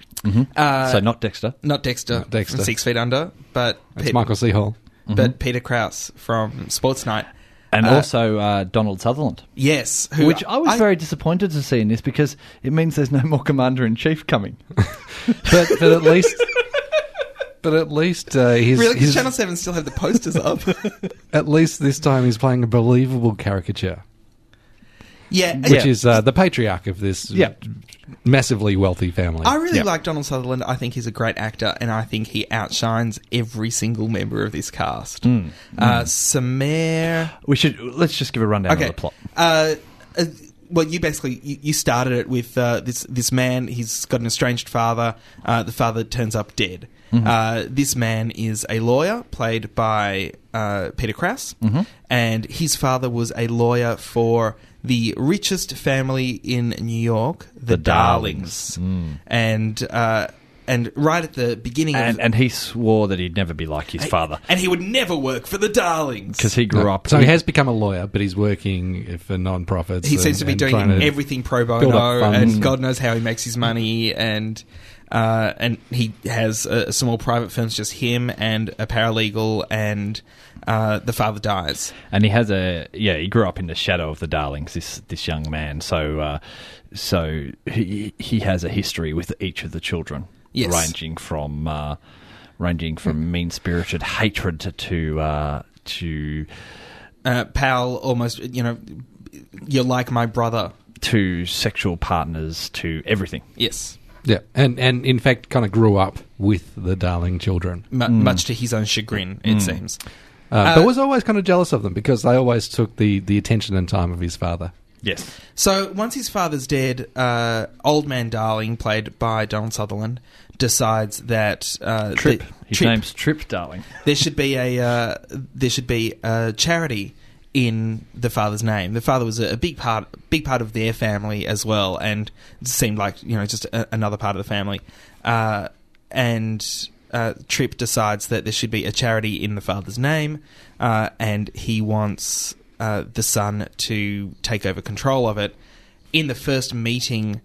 S2: Uh,
S4: so not Dexter.
S2: not Dexter.
S3: Not Dexter.
S2: from Six Feet Under, but
S3: It's
S2: Pet-
S3: Michael Mm-hmm. C. Hall.
S2: but Peter Krause from Sports Night.
S4: And
S2: Uh,
S4: also uh, Donald Sutherland,
S2: Yes, who
S4: which I was very disappointed to see in this because it means there's no more Commander in Chief coming.
S3: But, but at least. But at least uh, he's,
S2: really 'cause
S3: he's-
S2: Channel Seven still have the posters up.
S3: at least this time he's playing a believable caricature,
S2: yeah,
S3: which
S2: yeah.
S3: is uh, the patriarch of this
S4: Yeah.
S3: massively wealthy family.
S2: I really
S3: Yeah.
S2: like Donald Sutherland. I think he's a great actor, and I think he outshines every single member of this cast.
S3: Hmm.
S2: Uh, Samir,
S4: We should let's just give a rundown
S2: okay,
S4: of the plot.
S2: Uh, uh, well, you basically you, you started it with uh, this this man. He's got an estranged father. Uh, the father turns up dead.
S4: Mm-hmm.
S2: Uh, this man is a lawyer, played by uh, Peter Krause,
S4: Mm-hmm.
S2: and his father was a lawyer for the richest family in New York, the,
S4: The
S2: Darlings,
S4: Darlings. Mm.
S2: and. Uh, and right at the beginning of
S4: And, and he swore that he'd never be like his father
S2: and he would never work for the darlings
S4: because he grew
S3: No.
S4: up.
S3: So he has become a lawyer, but he's working for non-profits.
S2: he
S3: and-
S2: seems to be
S3: and
S2: doing
S3: trying to-
S2: everything pro
S3: build
S2: bono,
S3: up funds.
S2: and God knows how he makes his money. And uh, and he has a, a small private firm, it's just him and a paralegal, and uh, the father dies.
S4: and he has a yeah he grew up in the shadow of the darlings this this young man so uh, so he he has a history with each of the children
S2: Yes. Mm.
S4: ranging from uh, ranging from mean spirited hatred to to, uh, to
S2: Uh, Powell almost, you know, you're like my brother.
S4: to sexual partners to everything
S2: Yes,
S3: Yeah, and and in fact, kind of grew up with the darling children,
S2: M- much to his own chagrin, it seems.
S3: uh, but was always kind of jealous of them because they always took the the attention and time of his father.
S4: yes
S2: So once his father's dead, uh, old man Darling, played by Donald Sutherland, decides that uh,
S4: trip
S2: the-
S4: his
S2: Trip.
S4: name's Trip Darling
S2: there should be a uh, there should be a charity in the father's name. The father was a, a big part big part of their family as well, and seemed like you know just a, another part of the family. Uh, and uh, Tripp decides that there should be a charity in the father's name, uh, and he wants uh, the son to take over control of it. In the first meeting,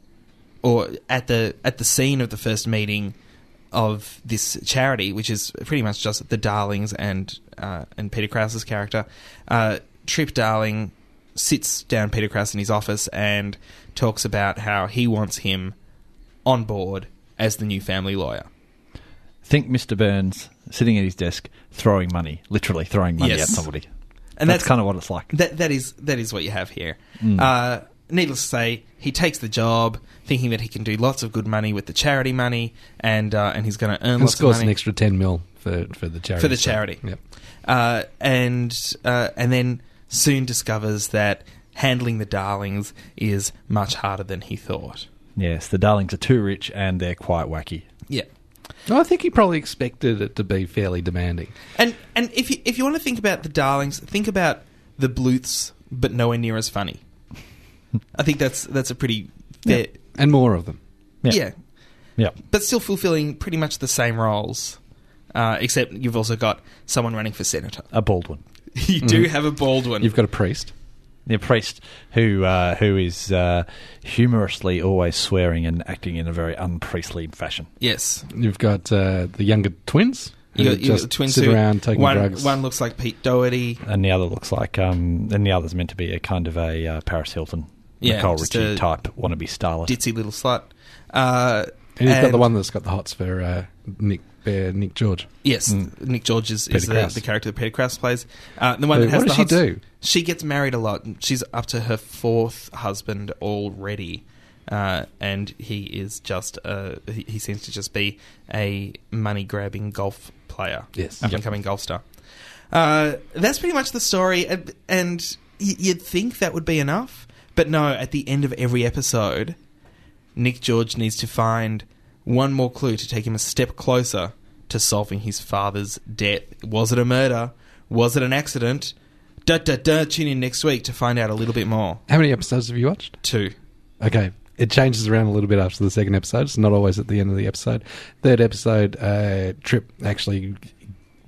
S2: or at the at the scene of the first meeting of this charity, which is pretty much just the Darlings and uh, and Peter Krause's character, uh, Trip Darling sits down Peter Krause in his office and talks about how he wants him on board as the new family lawyer.
S4: think Mr Burns sitting at his desk throwing money literally throwing money
S2: Yes.
S4: at somebody
S2: And
S4: that's,
S2: that's,
S4: kind of what it's like
S2: that that is that is what you have here. Uh, needless to say, he takes the job thinking that he can do lots of good money with the charity money, and uh, and he's going to earn
S3: And
S2: lots of
S3: scores
S2: money.
S3: an extra ten mil for for the charity
S2: For the
S3: so-
S2: charity.
S3: Yep.
S2: uh, and uh, and then soon discovers that handling the darlings is much harder than he thought.
S4: yes the darlings are too rich and they're quite wacky
S2: Yeah,
S3: No, I think he probably expected it to be fairly demanding.
S2: and and if you, if you want to think about the darlings, think about the Bluths, but nowhere near as funny. I think that's that's a pretty fair,
S3: And more of them.
S2: yeah.
S4: Yeah. yeah
S2: but still fulfilling pretty much the same roles. Uh, except you've also got someone running for senator. Mm-hmm.
S4: a bald one
S2: You do have a Baldwin.
S3: You've got a priest.
S4: the priest who uh, who is uh, humorously always swearing and acting in a very unpriestly fashion.
S2: yes,
S3: You've got uh, the younger twins. who
S2: you got, you got
S3: just
S2: twins
S3: sit
S2: who-
S3: around taking
S2: one,
S3: drugs.
S2: One looks like Pete Doherty.
S4: And the other looks like, um, and the other's meant to be a kind of a uh, Paris Hilton,
S2: Yeah,
S4: Nicole
S2: just
S4: Richie
S2: a
S4: type wannabe starlet.
S2: ditzy little slut. Uh,
S3: And he's got the
S2: And-
S3: one that's got the hots for uh, Nick Bear, Nick George.
S2: Yes,
S3: Hmm.
S2: Nick George is, is
S3: Peter
S2: the,
S3: Krause.
S2: the character that Peter Krause plays. Uh, the one
S3: Wait,
S2: that has
S3: what
S2: the
S3: does she
S2: hus-
S3: do?
S2: She gets married a lot. She's up to her fourth husband already, uh, and he is just uh, he he seems to just be a money grabbing golf player.
S3: Yes.
S2: up and coming golf star. Uh, that's pretty much the story, and, and y- you'd think that would be enough, but no. At the end of every episode, Nick George needs to find one more clue to take him a step closer to solving his father's debt. Was it a murder? Was it an accident? Da da da. Tune in next week to find out a little bit more.
S3: How many episodes have you watched?
S2: Two.
S3: Okay. It changes around a little bit after the second episode. It's not always at the end of the episode. Third episode, uh, Trip actually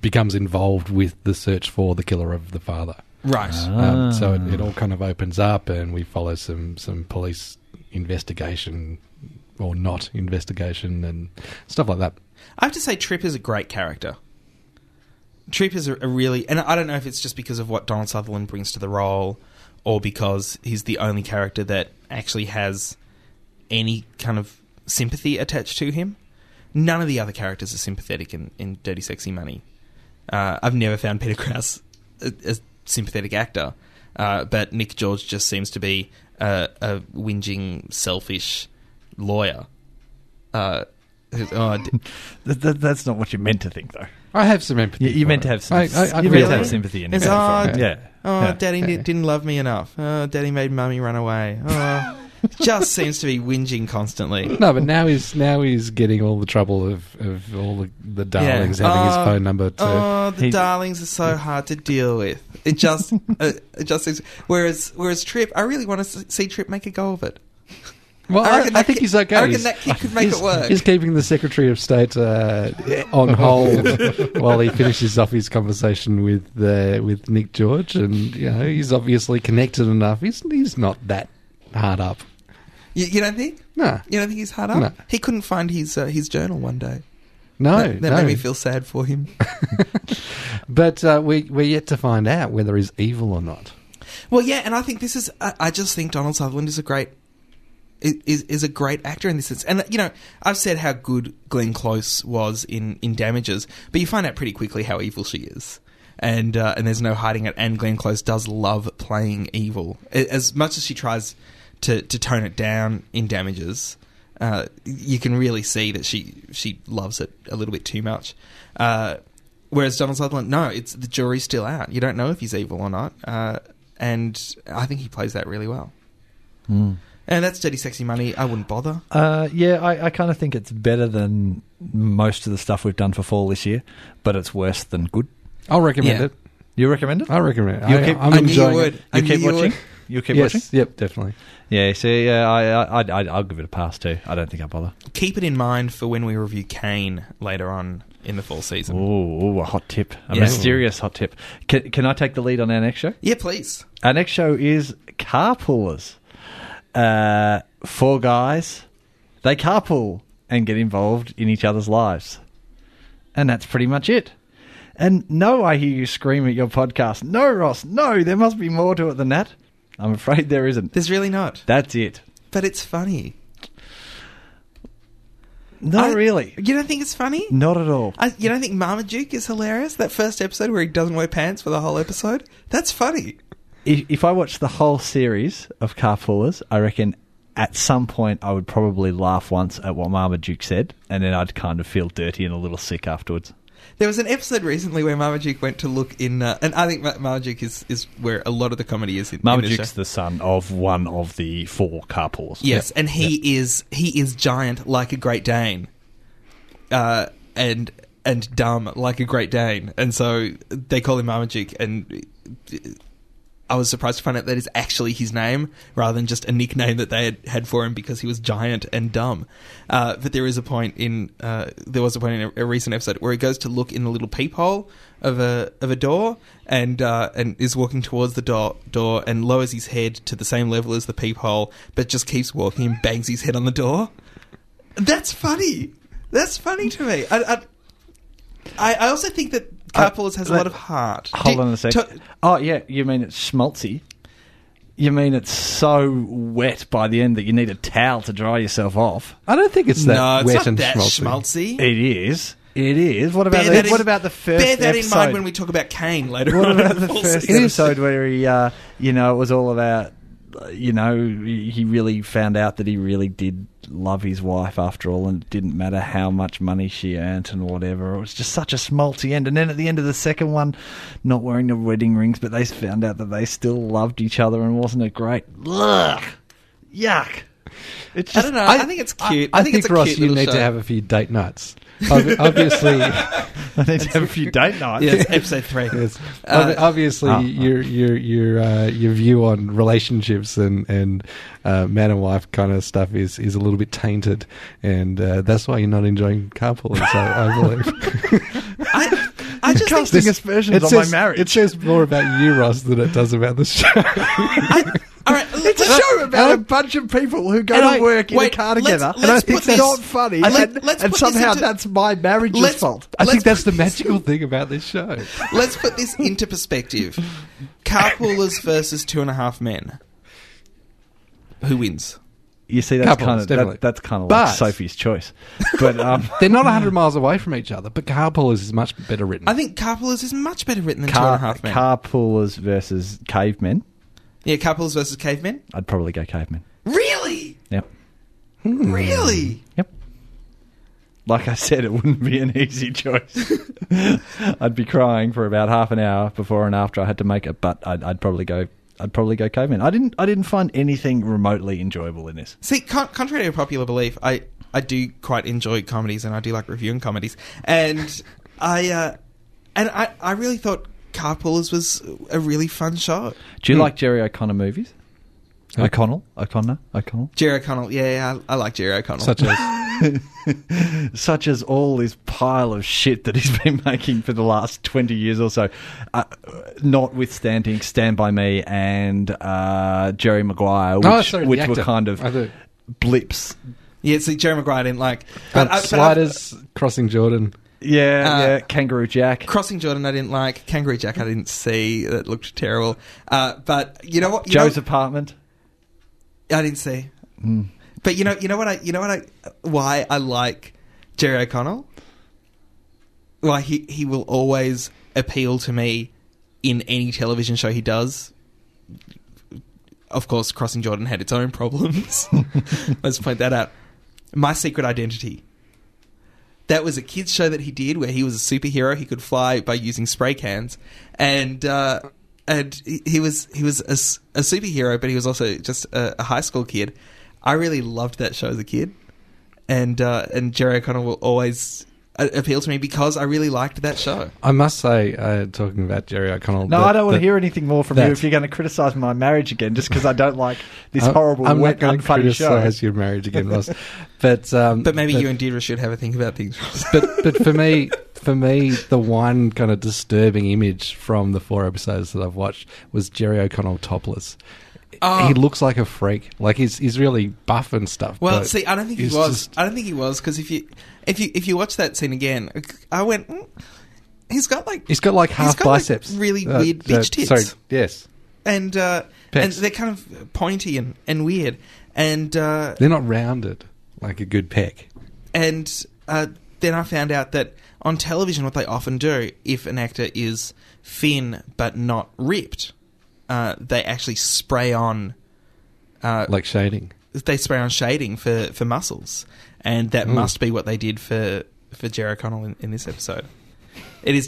S3: becomes involved with the search for the killer of the father.
S2: Right.
S4: Ah.
S3: Um, so it, it all kind of opens up, and we follow some some police investigation or not investigation and stuff like that.
S2: I have to say, Trip is a great character. Trip is a, a really, and I don't know if it's just because of what Donald Sutherland brings to the role, or because he's the only character that actually has any kind of sympathy attached to him. None of the other characters are sympathetic in, in Dirty Sexy Money. Uh, I've never found Peter Krause a, a sympathetic actor, uh, but Nick George just seems to be a, a whinging, selfish lawyer. Uh, who's- oh, I d-
S4: That, that, that's not what you meant to think, though.
S3: I have some empathy.
S4: You, you
S3: for
S4: meant to
S3: it.
S4: have some,
S3: I- I- I
S4: you meant
S2: really-
S4: to have sympathy in
S2: It's
S4: it.
S2: odd.
S4: Yeah.
S2: Oh,
S4: yeah.
S2: daddy
S3: Okay.
S2: di- didn't love me enough. Oh, daddy made mummy run away. Oh, just seems to be whinging constantly.
S3: No, but now he's now he's getting all the trouble of, of all the, the darlings having his
S2: Oh,
S3: phone number to.
S2: Oh, the
S4: He-
S2: darlings are so hard to deal with. It just, uh, it just seems. Whereas, whereas Trip, I really want to see Trip make a go of it.
S3: well, Oh, I,
S2: reckon
S3: I
S2: that
S3: think
S2: kid-
S3: he's okay.
S2: I reckon
S3: He's-
S2: that kid could make
S3: he's-
S2: it work.
S3: He's keeping the Secretary of State uh, on hold while he finishes off his conversation with uh, with Nick George, and you know he's obviously connected enough. He's he's not that hard up.
S2: You, you don't think?
S3: Nah.
S2: You don't think he's hard up?
S3: No.
S2: He couldn't find his uh, his journal one day.
S3: No,
S2: that that
S3: no.
S2: made me feel sad for him.
S3: But uh, we we're yet to find out whether he's evil or not.
S2: Well, yeah, and I think this is. I, I just think Donald Sutherland is a great i- is is a great actor in this sense. And you know, I've said how good Glenn Close was in in Damages, but you find out pretty quickly how evil she is. And uh, and there's no hiding it. And Glenn Close does love playing evil, A- as much as she tries to to tone it down in Damages. Uh, you can really see that she she loves it a little bit too much. Uh, Whereas Donald Sutherland, no, it's the jury's still out. You don't know if he's evil or not, uh, and I think he plays that really well. And that's dirty, sexy money. I wouldn't bother.
S4: Uh, yeah, I, I kind of think it's better than most of the stuff we've done for fall this year, but it's worse than good.
S3: I'll recommend
S2: Yeah.
S3: it.
S4: You recommend it?
S3: I recommend it.
S4: You'll
S3: I,
S4: keep-
S3: I'm
S2: I knew
S3: enjoying
S2: you would.
S3: it.
S2: I
S4: You
S2: knew
S4: keep
S2: you would.
S4: watching. You keep
S3: yes.
S4: watching.
S3: Yep. Definitely.
S4: Yeah. See, yeah, I, I, I, I'd- I'll give it a pass too. I don't think I bother.
S2: Keep it in mind for when we review Kane later on in the fall season.
S4: Ooh, ooh, a hot tip. A
S2: Yeah.
S4: mysterious hot tip. Can, can I take the lead on our next show?
S2: Yeah, please.
S4: Our next show is Carpoolers. Uh, four guys, they carpool and get involved in each other's lives. And that's pretty much it. And no, I hear you scream at your podcast. No, Ross, no, there must be more to it than that. I'm afraid there isn't.
S2: There's really not,
S4: That's it.
S2: but it's funny.
S4: Not
S2: I-
S4: really.
S2: You don't think it's funny?
S4: Not at all.
S2: I, you don't think Marmaduke is hilarious? That first episode where he doesn't wear pants for the whole episode? That's funny.
S4: if, if I watched the whole series of Carpoolers, I reckon at some point I would probably laugh once at what Marmaduke said, and then I'd kind of feel dirty and a little sick afterwards.
S2: There was an episode recently where Marmaduke went to look in, uh, and I think Mar- Marmaduke is, is where a lot of the comedy is. In, in the show.
S4: Marmaduke's the son of one of the four carpoolers.
S2: Yes, and he is he is giant like a Great Dane, uh, and and dumb like a Great Dane, and so they call him Marmaduke. And I was surprised to find out that is actually his name rather than just a nickname that they had had for him because he was giant and dumb. Uh, but there is a point in uh, there was a point in a, a recent episode where he goes to look in the little peephole of a of a door and uh, and is walking towards the door door and lowers his head to the same level as the peephole, but just keeps walking and bangs his head on the door. That's funny. That's funny to me. I I, I- I also think that Carpoolers has a lot of heart.
S4: Hold
S2: Do-
S4: on a sec.
S2: to-
S4: oh, yeah, you mean it's schmaltzy. You mean it's so wet by the end that you need a towel to dry yourself off?
S3: I don't think it's that
S2: no, it's
S3: wet
S2: not
S3: and
S2: that
S3: schmaltzy.
S2: schmaltzy.
S4: It is. It is. What about
S2: Bear
S4: the,
S2: that in-
S4: what about the first
S2: Bear that in
S4: episode?
S2: mind when we talk about Kane later
S4: what
S2: on. in
S4: about the
S2: full
S4: first
S2: season.
S4: episode where he, uh, you know, it was all about, uh, you know, he he really found out that he really did love his wife after all, and it didn't matter how much money she earned and whatever. It was just such a smalty end. And then at the end of the second one, not wearing the wedding rings, but they found out that they still loved each other, and wasn't it great? Ugh, yuck. It's
S2: I
S4: just
S2: don't know. I, think it's cute. I, think, it's a
S3: Ross,
S2: cute
S3: you
S2: little
S3: need
S2: show.
S3: to have a few date nights. Ob- obviously,
S4: I need to have a few date nights.
S2: Yeah, it's episode three.
S3: yes. Ob- obviously,
S4: oh, oh.
S3: your your your uh, your view on relationships and and uh, man and wife kind of stuff is is a little bit tainted, and uh, that's why you're not enjoying carpooling. So I believe
S2: I, I just think
S4: Casting aspersions
S3: It
S4: on
S3: says-
S4: my marriage.
S3: It says more about you, Ross, than it does about the show.
S2: All right,
S4: It's a show about a bunch of people who go
S2: And
S4: to
S2: I-
S4: work in
S2: wait,
S4: a car
S2: let's-
S4: together,
S2: let's
S4: and I
S2: put
S4: think
S2: this-
S4: that's not funny,
S2: I- let-
S4: and,
S2: let's
S4: and
S2: put this
S4: somehow
S2: into-
S4: that's my marriage's
S2: Let's-
S4: fault.
S3: I think
S2: Let's-
S3: that's the magical thing about this show.
S2: Let's put this into perspective. Carpoolers versus two and a half men. Who wins?
S4: You see, that's
S3: Couples,
S4: kind of
S3: definitely.
S4: that, that's kind of
S3: But-
S4: like Sophie's choice, but um,
S3: They're not 100 miles away from each other, but Carpoolers is much better written.
S2: I think Carpoolers is much better written than two and a
S4: car,
S2: half men.
S4: carpoolers versus cavemen.
S2: yeah, Carpoolers versus cavemen.
S4: I'd probably go cavemen.
S2: Really?
S4: Yep,
S2: Really?
S4: yep. Like I said, it wouldn't be an easy choice. I'd be crying for about half an hour before and after I had to make it, but I'd, I'd probably go. I'd probably go cavemen. I didn't. I didn't find anything remotely enjoyable in this.
S2: See, con- contrary to popular belief, I, I do quite enjoy comedies and I do like reviewing comedies. And I uh, and I, I really thought Carpoolers was a really fun show.
S4: Do you like Jerry O'Connor movies?
S3: Who?
S4: O'Connell, O'Connor, O'Connell.
S2: Jerry O'Connell. Yeah, yeah I, I like Jerry O'Connell.
S3: Such
S4: uh,
S3: as
S4: Such as all this pile of shit that he's been making for the last twenty years or so, uh, notwithstanding Stand by Me and uh, Jerry Maguire, which,
S3: oh, sorry, the
S4: which were
S3: actor.
S4: kind
S3: I
S4: of
S3: do.
S4: blips.
S2: yeah, see, Jerry Maguire I didn't like. uh,
S3: But
S2: I-
S4: uh,
S2: I-
S3: sliders crossing Jordan.
S4: Yeah,
S2: Uh,
S4: yeah. Kangaroo Jack.
S2: Crossing Jordan, I didn't like. Kangaroo Jack, I didn't see. That looked terrible. Uh, but you know what? You know-
S4: Joe's apartment.
S2: I didn't see. But you know, you know what I, you know what I, why I like Jerry O'Connell. Why he he will always appeal to me in any television show he does. Of course, Crossing Jordan had its own problems. Let's point that out. My Secret Identity. That was a kids show that he did where he was a superhero. He could fly by using spray cans, and uh, and he- he was he was a, s- a superhero, but he was also just a, a high school kid. I really loved that show as a kid, and uh, and Jerry O'Connell will always uh, appeal to me because I really liked that show.
S3: I must say, uh, talking about Jerry O'Connell.
S4: No,
S3: that-
S4: I don't want
S3: that-
S4: to hear anything more from
S3: that-
S4: you if you're going to criticise my marriage again, just because I don't like this
S3: I'm-
S4: horrible,
S3: Uh, I'm not
S4: wet,
S3: going to
S4: unfunny show.
S3: criticize your marriage again, Ross. But um,
S2: But maybe you and Deirdre should have a think about things.
S3: but but for me, for me, the one kind of disturbing image from the four episodes that I've watched was Jerry O'Connell topless.
S2: Oh.
S3: He looks like a freak. Like he's he's really buff and stuff.
S2: Well,
S3: but
S2: see, I don't think he
S3: he's
S2: was.
S3: just-
S2: I don't think he was because if you if you if you watch that scene again, I went. "Mm, He's got like
S3: he's got like half
S2: got, like,
S3: biceps. Uh,
S2: really weird bitch tits.
S3: Sorry, yes,
S2: and uh, and
S3: Pecs.
S2: they're kind of pointy and, and weird and uh,
S3: they're not rounded like a good peck.
S2: and uh, then I found out that on television what they often do if an actor is thin but not ripped uh, they actually spray on uh,
S3: like shading.
S2: they spray on shading for, for muscles and that
S3: Mm.
S2: must be what they did for for Jerry O'Connell in, in this episode it is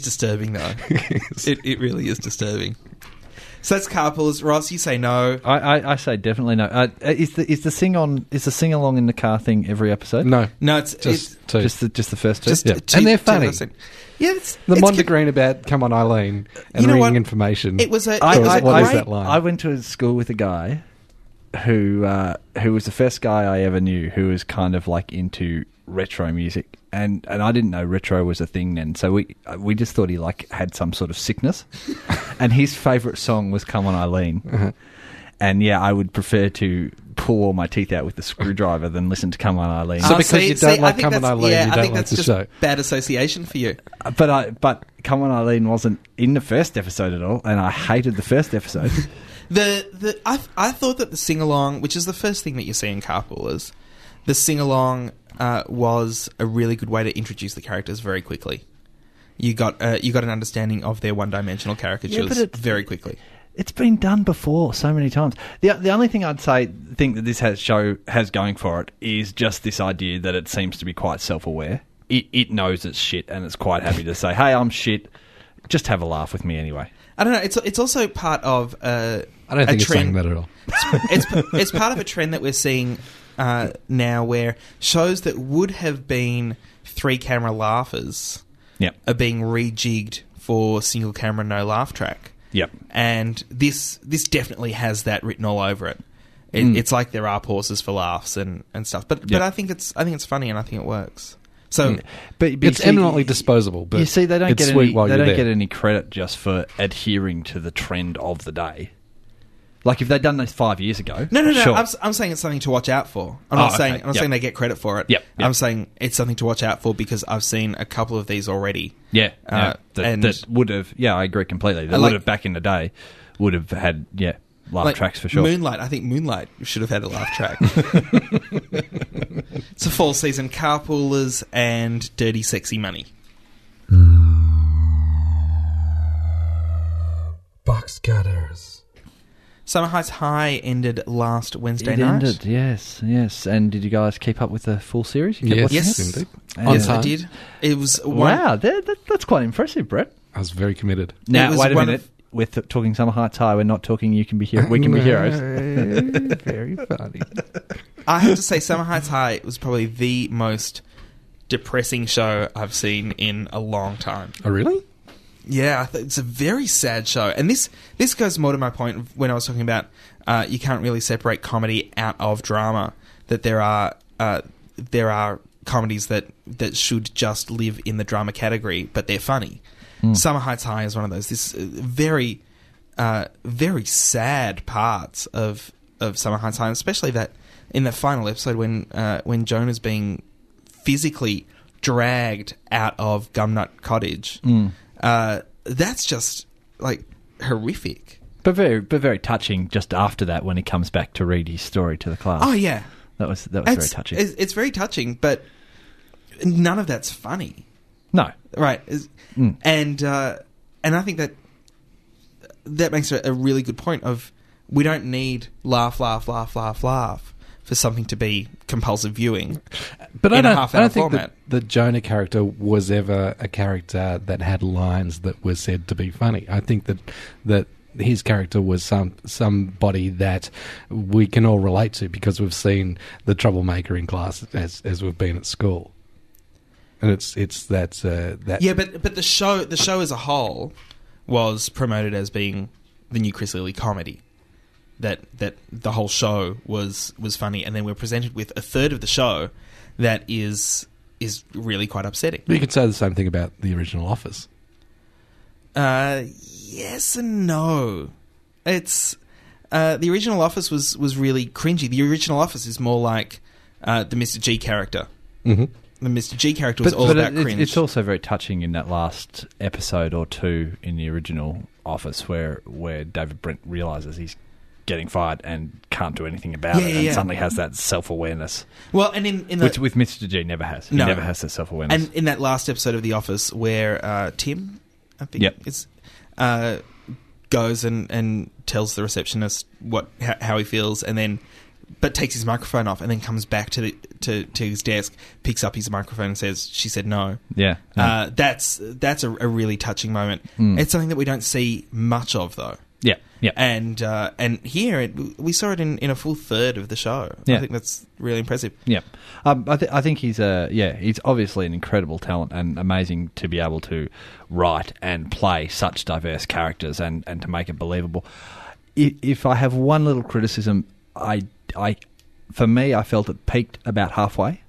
S2: disturbing though it, it really is disturbing so that's carpools Ross you say no
S4: I, I, I say definitely no. Uh, is the is the sing on is the sing along in the car thing every episode?
S3: No,
S2: no it's, it's
S3: just two.
S4: just the just the first two.
S2: Just
S3: Yeah.
S2: two-
S3: And they're
S2: two
S3: funny.
S2: percent. Yeah, it's,
S3: the
S2: it's
S3: Monda
S2: good.
S3: Green about come on Eileen and
S2: You know
S3: ringing
S2: what?
S3: information.
S2: It was a. It
S4: I,
S2: was
S4: I,
S2: a
S3: what
S4: I,
S3: is
S2: great-
S3: that line?
S4: I went to school with a guy who uh, who was the first guy I ever knew who was kind of like into retro music, and and I didn't know retro was a thing then. So we uh, we just thought he like had some sort of sickness, and his favorite song was "Come on Eileen."
S3: Uh-huh.
S4: And yeah, I would prefer to pull all my teeth out with a screwdriver than listen to "Come On Eileen."
S3: So
S2: Oh,
S3: because you don't
S2: I
S3: like
S2: think
S3: Come on
S2: that's-
S3: Eileen,
S2: yeah,
S3: you
S2: I
S3: don't
S2: think
S3: like
S2: that's
S3: the
S2: just
S3: show.
S2: Bad association for you.
S3: Uh,
S4: But I but "Come On Eileen" wasn't in the first episode at all, and I hated the first episode.
S2: The the I I thought that the sing along, which is the first thing that you see in Carpoolers, the sing along uh, was a really good way to introduce the characters very quickly. You got uh, you got an understanding of their one dimensional caricatures
S4: it's-
S2: very quickly.
S4: It's been done before so many times. The the only thing I'd say think that this has show has going for it is just this idea that it seems to be quite self aware. It it knows it's shit and it's quite happy to say, "Hey, I'm shit. Just have a laugh with me anyway."
S2: I don't know. It's it's also part of uh,
S3: I don't
S2: a
S3: think it's
S2: trend.
S3: saying that at all.
S2: it's it's part of a trend that we're seeing uh, now, where shows that would have been three camera laughers
S4: Yep.
S2: are being rejigged for single camera no laugh track.
S4: Yep.
S2: and this this definitely has that written all over it. it
S4: Mm.
S2: It's like there are pauses for laughs and, and stuff, but but
S4: Yep.
S2: I think it's I think it's funny and I think it works. So
S4: Hmm. But, but you
S3: It's
S4: see-
S3: eminently disposable, but
S4: you see, they don't
S3: it's
S4: get
S3: sweet
S4: any,
S3: while
S4: they
S3: you're
S4: don't
S3: there.
S4: get any credit just for adhering to the trend of the day. Like if they'd done this five years ago,
S2: no no no,
S4: sure.
S2: I'm, s- I'm saying it's something to watch out for. I'm
S4: Oh,
S2: not saying
S4: okay.
S2: I'm not
S4: Yep.
S2: saying they get credit for it.
S4: Yep, yep.
S2: I'm saying it's something to watch out for because I've seen a couple of these already.
S4: Yeah,
S2: Uh,
S4: yeah. that,
S2: and-
S4: that would have. Yeah, I agree completely. That
S2: I like-
S4: would have back in the day would have had yeah laugh
S2: Like,
S4: tracks for sure.
S2: Moonlight, I think Moonlight should have had a laugh track. it's a fall season carpoolers and dirty sexy money.
S3: box cutters.
S2: Summer Heights High ended last Wednesday
S4: It
S2: night.
S4: ended, yes, yes. And did you guys keep up with the full series? You kept
S3: Yes,
S4: watching
S2: Yes.
S3: indeed.
S4: it?
S3: On
S2: yes, I
S3: time.
S2: did. It was one,
S4: Wow, that, that, that's quite impressive, Brett.
S3: I was very committed.
S4: Now
S2: was
S4: wait a
S2: one
S4: minute.
S2: of-
S4: We're th- talking Summer Heights High. We're not talking. You can be here. We can be heroes.
S3: very funny.
S2: I have to say, Summer Heights High was probably the most depressing show I've seen in a long time.
S3: Oh, really?
S2: Yeah, I th- it's a very sad show, and this this goes more to my point of when I was talking about uh, you can't really separate comedy out of drama. That there are uh, there are comedies that that should just live in the drama category, but they're funny. Summer Heights High is one of those. This uh, very uh, very sad parts of of Summer Heights High, especially that in the final episode when uh, when Joan is being physically dragged out of Gumnut Cottage.
S4: Mm.
S2: Uh, that's just like horrific.
S4: But very, but very touching. Just after that, when he comes back to read his story to the class.
S2: Oh yeah,
S4: that was that was
S2: it's
S4: very touching.
S2: It's, it's very touching, but none of that's funny,
S4: no,
S2: right? Is-
S4: Mm.
S2: And uh, and I think that that makes a, a really good point of we don't need laugh, laugh, laugh, laugh, laugh for something to be compulsive viewing.
S3: But I
S2: in a
S3: don't,
S2: half-hour
S3: I don't think that
S2: format.
S3: the Jonah character was ever a character that had lines that were said to be funny. I think that that his character was some somebody that we can all relate to because we've seen the troublemaker in class as as we've been at school, and it's it's that uh, that
S2: Yeah, but but the show the show as a whole was promoted as being the new Chris Lilly comedy. That that the whole show was was funny, and then we're presented with a third of the show that is is really quite upsetting.
S3: you could say the same thing about the original Office.
S2: Uh, yes and no. It's uh, the original Office was was really cringy. The original Office is more like uh, the Mr. G character.
S3: Mm-hmm.
S2: The Mr. G character was all about
S4: it- it-
S2: cringe.
S4: It's also very touching in that last episode or two in the original Office, where where David Brent realizes he's getting fired and can't do anything about
S2: Yeah,
S4: it,
S2: yeah,
S4: and
S2: yeah.
S4: suddenly has that self awareness,
S2: well, and in in the
S4: which with Mister G never has. He
S2: No.
S4: never has that self awareness.
S2: And in that last episode of The Office, where uh, Tim, I think,
S4: Yep.
S2: it's, uh, goes and, and tells the receptionist what how, how he feels, and then but takes his microphone off, and then comes back to the to, to his desk, picks up his microphone, and says, "She said no."
S4: Yeah, yeah.
S2: Uh, that's that's a, a really touching moment.
S4: Mm.
S2: It's something that we don't see much of though.
S4: yeah, yeah.
S2: And uh, and here it, we saw it in, in a full third of the show. I
S4: Yeah.
S2: think that's really impressive.
S4: Yeah, um, I, th- I think he's a yeah. He's obviously an incredible talent and amazing to be able to write and play such diverse characters and, and to make it believable. If, if I have one little criticism, I I for me I felt it peaked about halfway,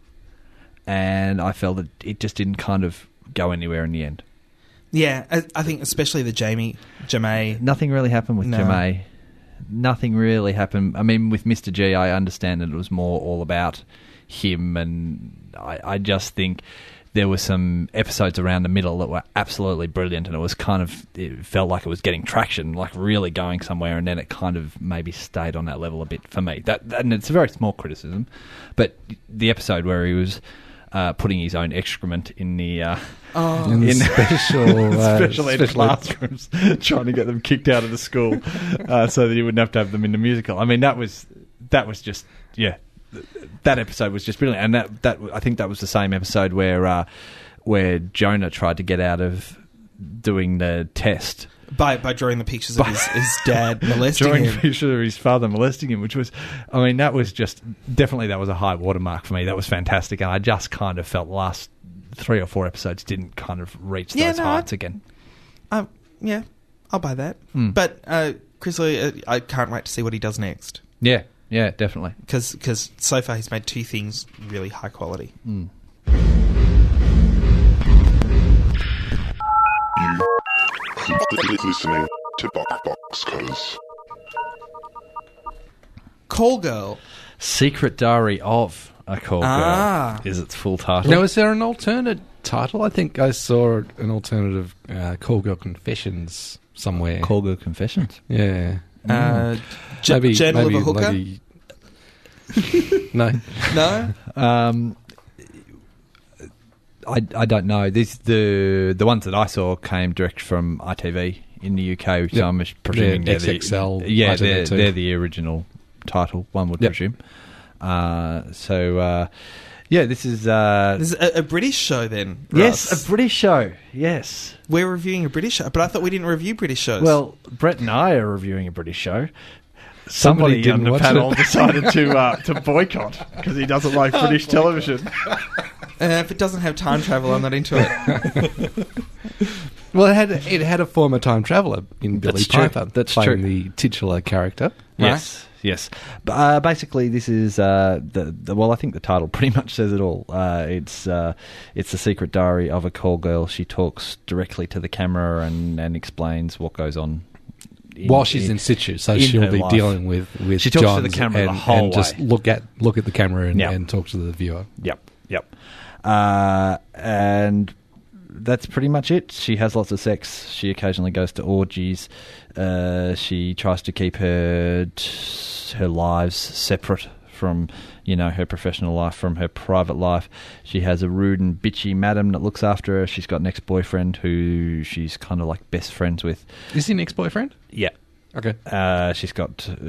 S4: and I felt that it just didn't kind of go anywhere in the end.
S2: Yeah, I, I think especially the Jamie Jamie
S4: Nothing really happened with
S2: No.
S4: Jermaine. Nothing really happened. I mean, with Mr. G, I understand that it was more all about him, and I, I just think there were some episodes around the middle that were absolutely brilliant, and it was kind of it felt like it was getting traction, like really going somewhere, and then it kind of maybe stayed on that level a bit for me. That, that- and it's a very small criticism, but the episode where he was. Uh, putting his own excrement in the uh,
S3: in the
S4: in-
S3: special, uh,
S4: special ed classrooms, trying to get them kicked out of the school, uh, so that you wouldn't have to have them in the musical. I mean, that was that was just yeah, th- that episode was just brilliant, and that that I think that was the same episode where uh, where Jonah tried to get out of doing the test
S2: by by drawing the pictures of his, his dad molesting
S4: drawing
S2: him.
S4: picture of his father molesting him, which was, I mean, that was just definitely that was a high watermark for me. That was fantastic, and I just kind of felt the last three or four episodes didn't kind of reach
S2: Yeah,
S4: those
S2: no, I-
S4: heights again.
S2: Um, yeah, I'll buy that.
S4: Hmm.
S2: But uh, Chrisley, uh, I can't wait to see what he does next
S4: Yeah, yeah, definitely.
S2: because so far he's made two things really high quality.
S4: Hmm.
S5: Listening to Box Box Cutters.
S2: Call Girl.
S4: Secret Diary of a Call
S2: Ah.
S4: Girl is its full title.
S3: Now, is there an alternate title? I think I saw an alternative uh, Call Girl Confessions somewhere.
S4: Call Girl Confessions.
S3: yeah.
S4: Hmm.
S2: Uh, J- Journal of a Hooker.
S3: maybe- no.
S2: No,
S4: Um, I, I don't know. These the the ones that I saw came direct from ITV in the UK, so
S3: Yep.
S4: I'm presuming
S3: They're
S4: they're the-
S3: XXL
S4: yeah,
S3: ITV
S4: they're,
S3: too.
S4: they're the original title. One would
S3: Yep.
S4: presume. Uh, so uh, yeah, this is uh,
S2: this is a, a British show then.
S4: yes,
S2: Russ.
S4: a British show. Yes.
S2: we're reviewing a British show, but I thought we didn't review British shows.
S4: Well, Brett and I are reviewing a British show.
S3: Somebody
S4: Somebody,
S3: didn't
S4: on the
S3: watch
S4: panel
S3: it.
S4: decided to uh, to boycott because he doesn't like British television.
S2: uh, if it doesn't have time travel, I'm not into it.
S3: Well, it had it had a former time traveler in Billy
S4: That's true.
S3: Piper
S4: That's
S3: playing
S4: true.
S3: the titular character.
S4: Yes, yes. But, uh, basically, this is uh, the, the well. I think the title pretty much says it all. Uh, it's uh, it's the secret diary of a call girl. She talks directly to the camera and, and explains what goes on in-
S3: While she's in situ, so
S4: in
S3: she'll
S4: her
S3: be
S4: life.
S3: dealing with with
S4: She talks to the
S3: Johns
S4: camera the
S3: and,
S4: whole
S3: and just
S4: way.
S3: look at look at the camera and,
S4: Yeah.
S3: and talk to the viewer.
S4: Yep, yep. Uh, and that's pretty much it. She has lots of sex. She occasionally goes to orgies. Uh, she tries to keep her her lives separate from you know her professional life from her private life. She has a rude and bitchy madam that looks after her. She's got an ex boyfriend who she's kind of like best friends with.
S3: Is he an ex boyfriend?
S4: Yeah.
S3: Okay,
S4: Uh, she's got uh,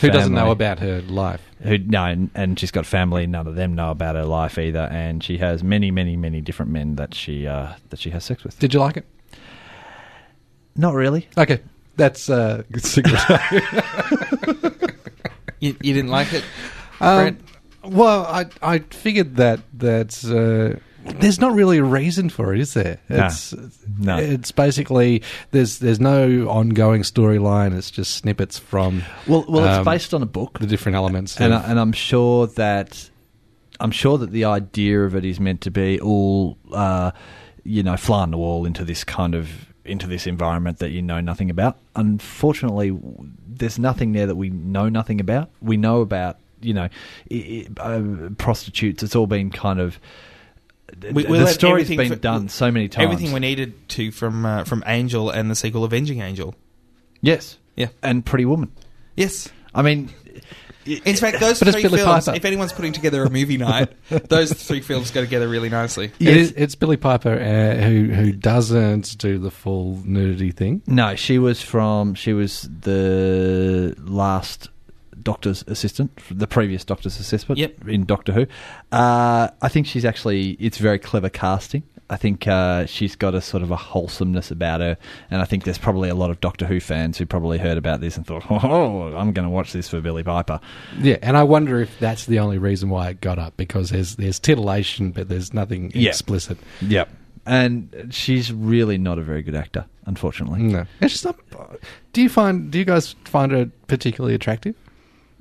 S3: who doesn't
S4: family
S3: know about her life?
S4: who no, and, and she's got family. None of them know about her life either, and she has many, many, many different men that she uh, that she has sex with.
S3: Did you like it?
S4: Not really.
S3: Okay, that's uh, good secret.
S2: You, you didn't like it?
S3: Um, well, I I figured that that uh, there's not really a reason for it, is there?
S4: No.
S3: It's
S4: No.
S3: It's basically there's there's no ongoing storyline. It's just snippets from
S4: Well, well, it's
S3: Um,
S4: based on a book,
S3: the different elements.
S4: and
S3: of-
S4: I, and I'm sure that I'm sure that the idea of it is meant to be all uh, you know, fly on the wall into this kind of into this environment that you know nothing about. Unfortunately, w- there's nothing there that we know nothing about. We know about you know i i uh, prostitutes. It's all been kind of
S2: We-
S4: the-
S2: we
S4: the
S2: let
S4: story's
S2: everything
S4: been
S2: fi-
S4: done so many times.
S2: Everything we needed to from uh, from Angel and the sequel Avenging Angel.
S4: yes,
S2: Yeah.
S4: and Pretty Woman.
S2: Yes.
S4: I mean,
S2: In fact, those
S3: But it's
S2: three
S3: Billy
S2: films,
S3: Piper.
S2: if anyone's putting together a movie night, those three films go together really nicely.
S3: It is, it's Billy Piper uh, who who doesn't do the full nudity thing.
S4: No, she was from. She was the last doctor's assistant, the previous doctor's assistant
S2: Yep.
S4: in Doctor Who. Uh, I think she's actually. It's very clever casting. I think uh, she's got a sort of a wholesomeness about her, and I think there's probably a lot of Doctor Who fans who probably heard about this and thought, "Oh, I'm going to watch this for Billy Piper."
S3: Yeah, and I wonder if that's the only reason why it got up because there's there's titillation, but there's nothing
S4: Yeah.
S3: explicit.
S4: Yep. And she's really not a very good actor,
S3: Mm.
S4: unfortunately.
S3: No, it's just not. Do you find do you guys find her particularly attractive?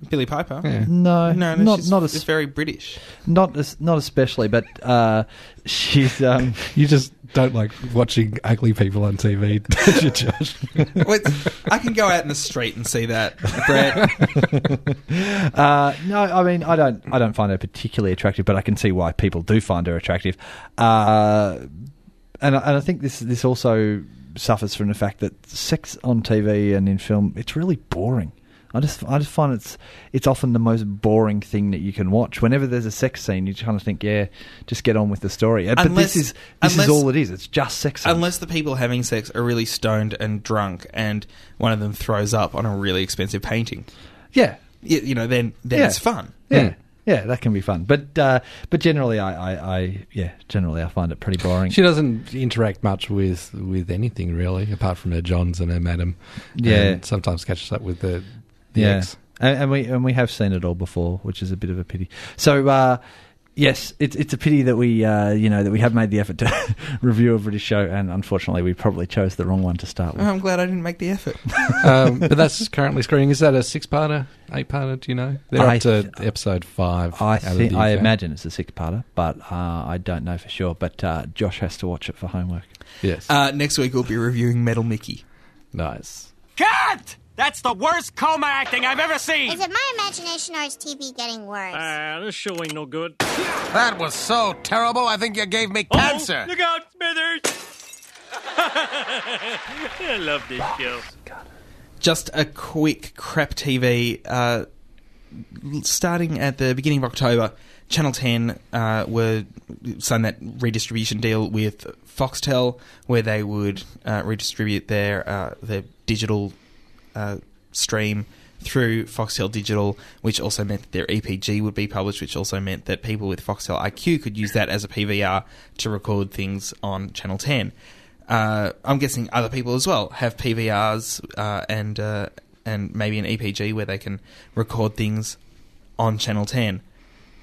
S2: Billy Piper.
S3: Yeah.
S4: No,
S2: No, no,
S4: not
S2: she's,
S4: not
S2: it's
S4: as,
S2: very British.
S4: not as, not especially, but uh, she's um,
S3: You just don't like watching ugly people on TV, don't you, Josh?
S2: Well, it's- I can go out in the street and see that, Brett.
S4: Uh, no, I mean, I don't, I don't find her particularly attractive, but I can see why people do find her attractive. Uh, and I- and I think this this also suffers from the fact that sex on TV and in film it's really boring. I just I just find it's it's often the most boring thing that you can watch. Whenever there's a sex scene, you kind of think, yeah, just get on with the story. Uh, but
S2: Unless-
S4: this is this
S2: unless-
S4: is all it is. It's just sex. scenes.
S2: Unless the people having sex are really stoned and drunk, and one of them throws up on a really expensive painting.
S4: yeah,
S2: You, you know, then then
S4: Yeah.
S2: it's fun.
S4: yeah.
S3: Hmm.
S4: Yeah, that can be fun, but uh, but generally, I, I, I yeah, generally I find it pretty boring.
S3: She doesn't interact much with with anything really, apart from her Johns and her madam.
S4: Yeah.
S3: and sometimes catches up with the the ex.
S4: And, and we and we have seen it all before, which is a bit of a pity. So uh, yes, it's it's a pity that we uh, you know that we have made the effort to review a British show, and unfortunately, we probably chose the wrong one to start
S3: Mm.
S4: with.
S2: Oh, I'm glad I didn't make the effort.
S3: um, but that's currently screening. Is that a six parter, eight parter? Do you know? They're
S4: I
S3: up to
S4: th-
S3: episode five.
S4: I
S3: out of
S4: think
S3: the
S4: I
S3: UK.
S4: imagine it's a six-parter, but uh, I don't know for sure. But uh, Josh has to watch it for homework.
S3: Yes,
S2: Uh, next week we'll be reviewing Metal Mickey.
S3: nice.
S7: Cut! That's the worst coma acting I've ever seen.
S1: Is it my imagination or is TB getting worse?
S8: Ah, this show ain't no good.
S9: That was so terrible, I think you gave me cancer.
S8: Oh, look out, Smithers! I love this show.
S2: Just a quick crap TV. Uh, starting at the beginning of October, Channel 10 uh, were signed that redistribution deal with Foxtel, where they would uh, redistribute their uh, their digital uh, stream through Foxtel Digital, which also meant that their EPG would be published, which also meant that people with Foxtel IQ could use that as a PVR to record things on Channel 10. Uh, I'm guessing other people as well have PVRs uh, and uh, and maybe an EPG where they can record things on Channel 10.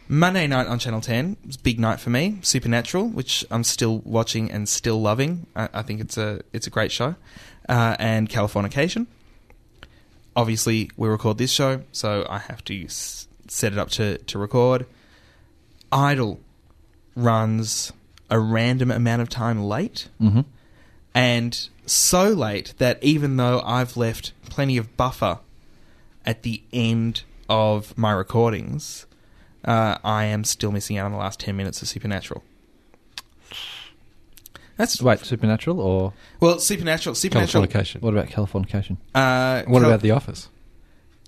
S2: Monday night on Channel 10, it's a big night for me. Supernatural, which I'm still watching and still loving. I, I think it's a it's a great show. Uh, and Californication. Obviously, we record this show, so I have to s- set it up to, to record. Idle runs a random amount of time late
S4: Mm-hmm.
S2: and so late that even though I've left plenty of buffer at the end of my recordings, uh, I am still missing out on the last 10 minutes of Supernatural. That's
S4: Wait, Supernatural or
S2: well, Supernatural. Supernatural.
S3: Californication.
S4: what about Californication?
S2: Uh,
S3: What
S2: Cal-
S3: about The Office?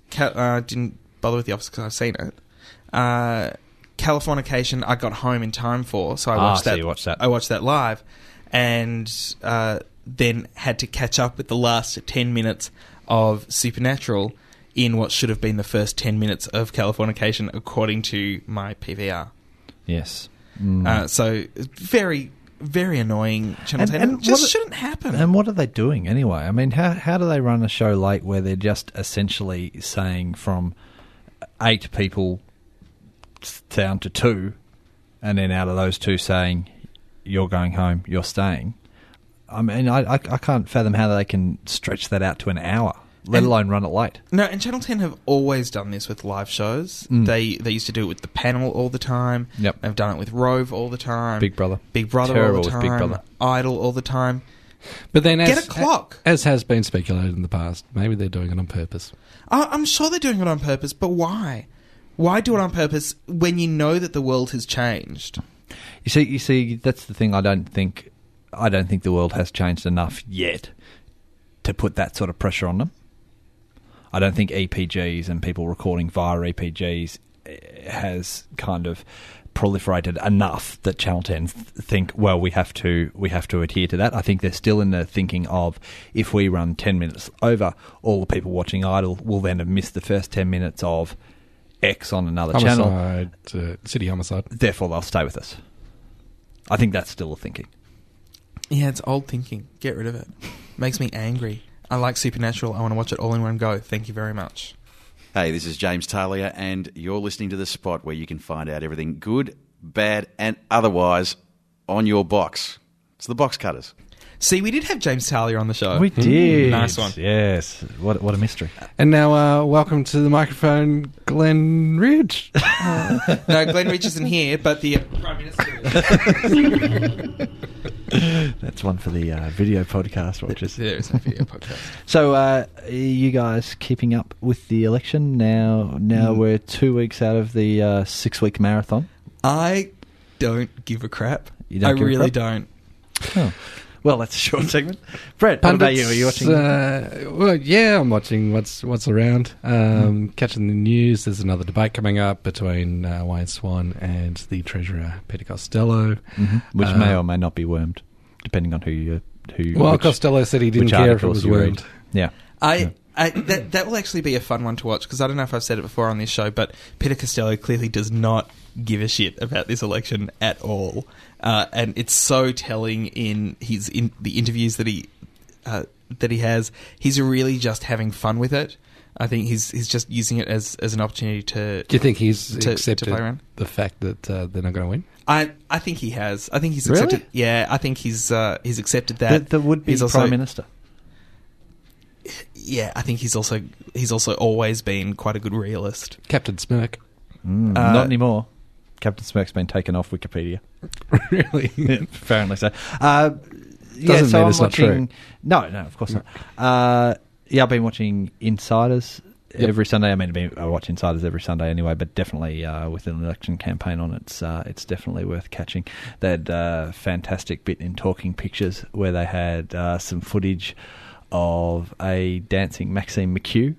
S2: Cal- uh, didn't bother with the office because I've seen it. Uh, Californication, I got home in time for, so I
S4: Ah,
S2: watched
S4: so
S2: that.
S4: you watched that.
S2: I watched that live, and uh, then had to catch up with the last ten minutes of Supernatural in what should have been the first ten minutes of Californication, according to my PVR.
S4: Yes. Mm.
S2: Uh, so very, very annoying. Channel
S4: And-
S2: 10.
S4: and
S2: It just
S4: what-
S2: shouldn't happen.
S4: And what are they doing anyway? I mean, how how do they run a show late where they're just essentially saying from eight people down to two, and then out of those two saying you're going home, you're staying? I mean, I I, I can't fathom how they can stretch that out to an hour, let
S2: And-
S4: alone run it late.
S2: No, and Channel Ten have always done this with live shows. They they used to do it with the panel all the time.
S4: Mm. Yep.
S2: They've done it with Rove all the time.
S4: Big Brother.
S2: Big Brother
S4: Terrible
S2: all the
S4: with
S2: time.
S4: Big Brother.
S2: Idol all the time.
S3: But then, as,
S2: Get a clock.
S3: As has been speculated in the past, maybe they're doing it on purpose.
S2: I, I'm sure they're doing it on purpose, but why? Why do it on purpose when you know that the world has changed?
S4: You see, you see, that's the thing. I don't think, I don't think the world has changed enough yet to put that sort of pressure on them. I don't think EPGs and people recording via EPGs eh, has kind of proliferated enough that Channel 10 th- think, well, we have to, we have to adhere to that. I think they're still in the thinking of if we run 10 minutes over, all the people watching Idol will then have missed the first 10 minutes of X on another channel
S3: Homicide, uh, city homicide.
S4: therefore they'll stay with us. I think that's still the thinking.
S2: Yeah, it's old thinking. Get rid of it. Makes me angry. I like Supernatural. I want to watch it all in one go. Thank you very much.
S10: Hey, this is James Talia, and you're listening to the spot where you can find out everything good, bad, and otherwise on your box. It's the box cutters.
S2: See, we did have James Taylor on the show.
S4: We did.
S2: Mm. Nice one.
S4: Yes. What, what a mystery.
S3: And now, uh, welcome to the microphone, Glenn Ridge.
S2: No, Glenn Rich isn't here, but the uh, Prime Minister.
S4: That's one for the uh, video podcast watchers.
S2: there is no video podcast.
S4: So, uh, are you guys keeping up with the election now? Now we're two weeks out of the uh, six week marathon.
S2: I don't give a crap.
S4: You don't
S2: I
S4: give a
S2: really
S4: crap?
S2: don't.
S4: Well, that's a short segment. Brett, what about you? Are you watching?
S3: Uh, well, yeah, I'm watching what's what's around, um, catching the news. There's another debate coming up between uh, Wayne Swan and the treasurer Peter Costello.
S4: Mhm. Which
S3: uh,
S4: may or may not be wormed, depending on who you who.
S3: Well,
S4: which-
S3: Costello said he didn't
S4: which
S3: care if it
S4: articles
S3: was
S4: you read.
S3: wormed.
S4: Yeah.
S2: I, I that that will actually be a fun one to watch because I don't know if I've said it before on this show, but Peter Costello clearly does not give a shit about this election at all, uh, and it's so telling in his in the interviews that he uh, that he has. He's really just having fun with it. I think he's he's just using it as as an opportunity to.
S3: Do you think he's
S2: To- to
S3: accepted
S2: play around?
S3: the fact that uh, they're not going to win?
S2: I I think he has. I think he's
S4: Really?
S2: accepted. Yeah, I think he's uh, he's accepted that.
S4: The, the would be
S2: He's
S4: prime
S2: also-
S4: minister.
S2: Yeah, I think he's also he's also always been quite a good realist.
S3: Captain Smirk.
S4: Mm,
S2: Uh,
S4: not anymore. Captain Smirk's been taken off Wikipedia.
S3: really?
S4: Apparently so. Uh, yeah,
S3: Doesn't
S4: so
S3: mean
S4: I'm
S3: it's not true.
S4: watching, No, no, of course not. Uh, yeah, I've been watching Insiders
S3: Yep.
S4: every Sunday. I mean, I've been- I watch Insiders every Sunday anyway, but definitely uh, with an election campaign on, it's uh, it's definitely worth catching. They had uh, fantastic bit in Talking Pictures where they had uh, some footage of a dancing Maxine McHugh.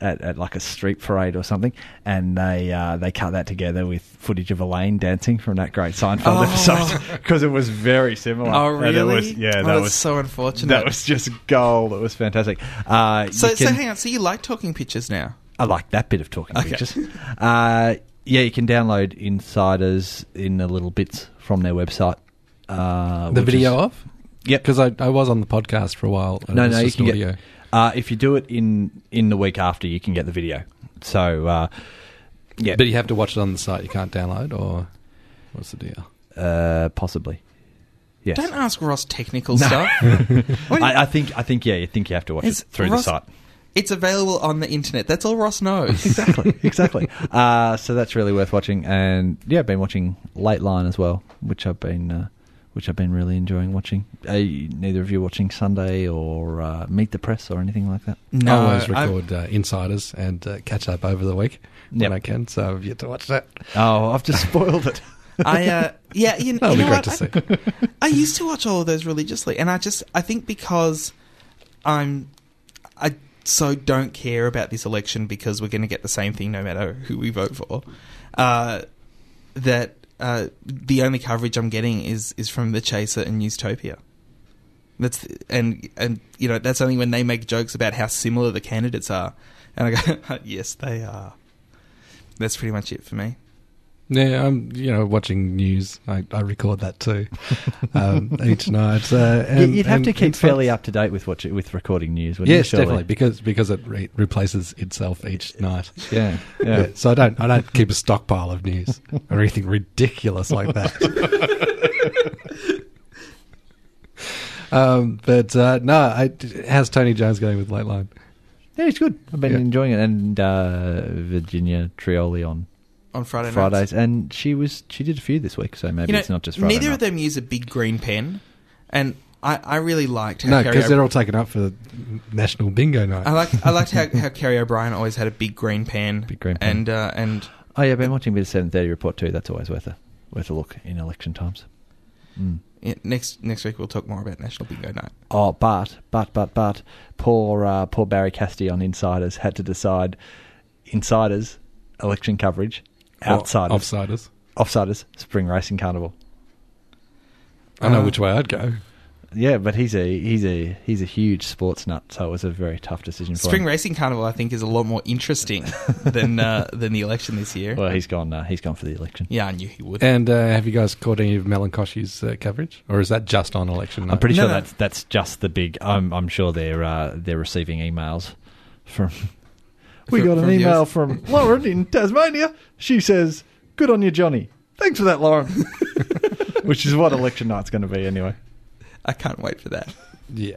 S4: At, at like a street parade or something, and they uh, they cut that together with footage of Elaine dancing from that great Seinfeld
S2: Oh.
S4: episode because it was very similar.
S2: Oh,
S4: And
S2: really?
S4: it was- yeah,
S2: Oh,
S4: Uh, that
S2: that's
S4: was
S2: so unfortunate.
S4: that was just gold. It was fantastic. Uh,
S2: so,
S4: you
S2: so
S4: can-
S2: hang on. So you like talking pictures now?
S4: I like that bit of talking
S2: Okay.
S4: pictures. Uh, yeah, you can download Insiders in the little bits from their website. Uh,
S3: The
S4: which
S3: video
S4: is-
S3: of?
S4: Yep.
S3: Because I, I was on the podcast for a while. and it
S4: No,
S3: was
S4: no, you
S3: just
S4: can
S3: audio.
S4: get. Uh, if you do it in in the week after, you can get the video. So uh, yeah,
S3: But you have to watch it on the site. You can't download, or what's the deal?
S4: uh, possibly. Yes.
S2: Don't ask Ross technical stuff. What do you-
S4: I, I think I think yeah, you think you have to watch it
S2: It's
S4: through
S2: Ross-
S4: the site.
S2: it's available on the internet. That's all Ross knows.
S4: exactly, exactly. Uh, so that's really worth watching, and yeah, I've been watching Late Line as well, which I've been, uh, which I've been really enjoying watching. Are you, neither of you watching Sunday or uh, Meet the Press or anything like that?
S2: no,
S3: I always
S2: I've-
S3: record uh, insiders and uh, catch up over the week
S4: Yep.
S3: when I can. So I've yet to watch that.
S4: Oh, I've just spoiled it.
S2: I, uh, yeah, you, you know
S3: That'll be great
S2: what?
S3: to see.
S2: I, I used to watch all of those religiously, and I just I think because I'm I so don't care about this election because we're going to get the same thing no matter who we vote for. Uh, that uh, the only coverage I'm getting is is from the Chaser and Newstopia. That's and and you know that's only when they make jokes about how similar the candidates are, and I go yes they are. That's pretty much it for me.
S3: Yeah, I'm you know watching news. I, I record that too um, each night. Uh, and,
S4: You'd have
S3: and-
S4: to keep
S3: and so-
S4: fairly up to date with what you, with recording news. Wouldn't
S3: Yes,
S4: you, surely?
S3: definitely, because because it re- replaces itself each night.
S4: Yeah, yeah.
S3: Yeah. So I don't I don't keep a stockpile of news or anything ridiculous like that. um, but uh, no, I, how's Tony Jones going with Late Line?
S4: yeah, it's good. I've been
S3: Yeah.
S4: enjoying it, and uh, Virginia Trioli on
S2: On Friday nights.
S4: Fridays, and she was she did a few this week, so maybe
S2: You know,
S4: it's not just Friday.
S2: neither
S4: night.
S2: of them use a big green pen, and I, I really liked how
S3: No,
S2: Kerry
S3: because they're all
S2: O'Brien-
S3: taken up for National Bingo Night.
S2: I like I liked how, how Kerry O'Brien always had a big green pen,
S4: Big green pen.
S2: and uh, and
S4: Oh yeah, I've been watching a bit of Seven Thirty Report too. That's always worth a worth a look in election times. Mm.
S2: yeah, next next week we'll talk more about National Bingo Night.
S4: Oh, but but but but poor uh, poor Barry Casty on Insiders had to decide Insiders election coverage,
S3: Or
S4: outsiders
S3: Offsiders.
S4: offsiders spring racing carnival.
S3: I know
S2: Uh,
S3: which way I'd go.
S4: Yeah, but he's a he's a he's a huge sports nut, so it was a very tough decision for
S2: Spring
S4: him.
S2: Racing Carnival I think is a lot more interesting than uh, than the election this year.
S4: Well, he's gone. Uh, he's gone for the election.
S2: yeah, I knew he would.
S3: And uh, have you guys caught any of Melancoshi's uh, coverage, or is that just on election night?
S4: I'm pretty
S2: No,
S4: sure
S2: no.
S4: that's that's just the big. I'm I'm sure they're uh, they're receiving emails from. we
S2: From-
S4: got
S2: from
S4: an email
S2: viewers.
S4: from Lauren in Tasmania. She says, "Good on you, Johnny. Thanks for that, Lauren." Which is what election night's going to be anyway.
S2: I can't wait for that.
S3: Yeah.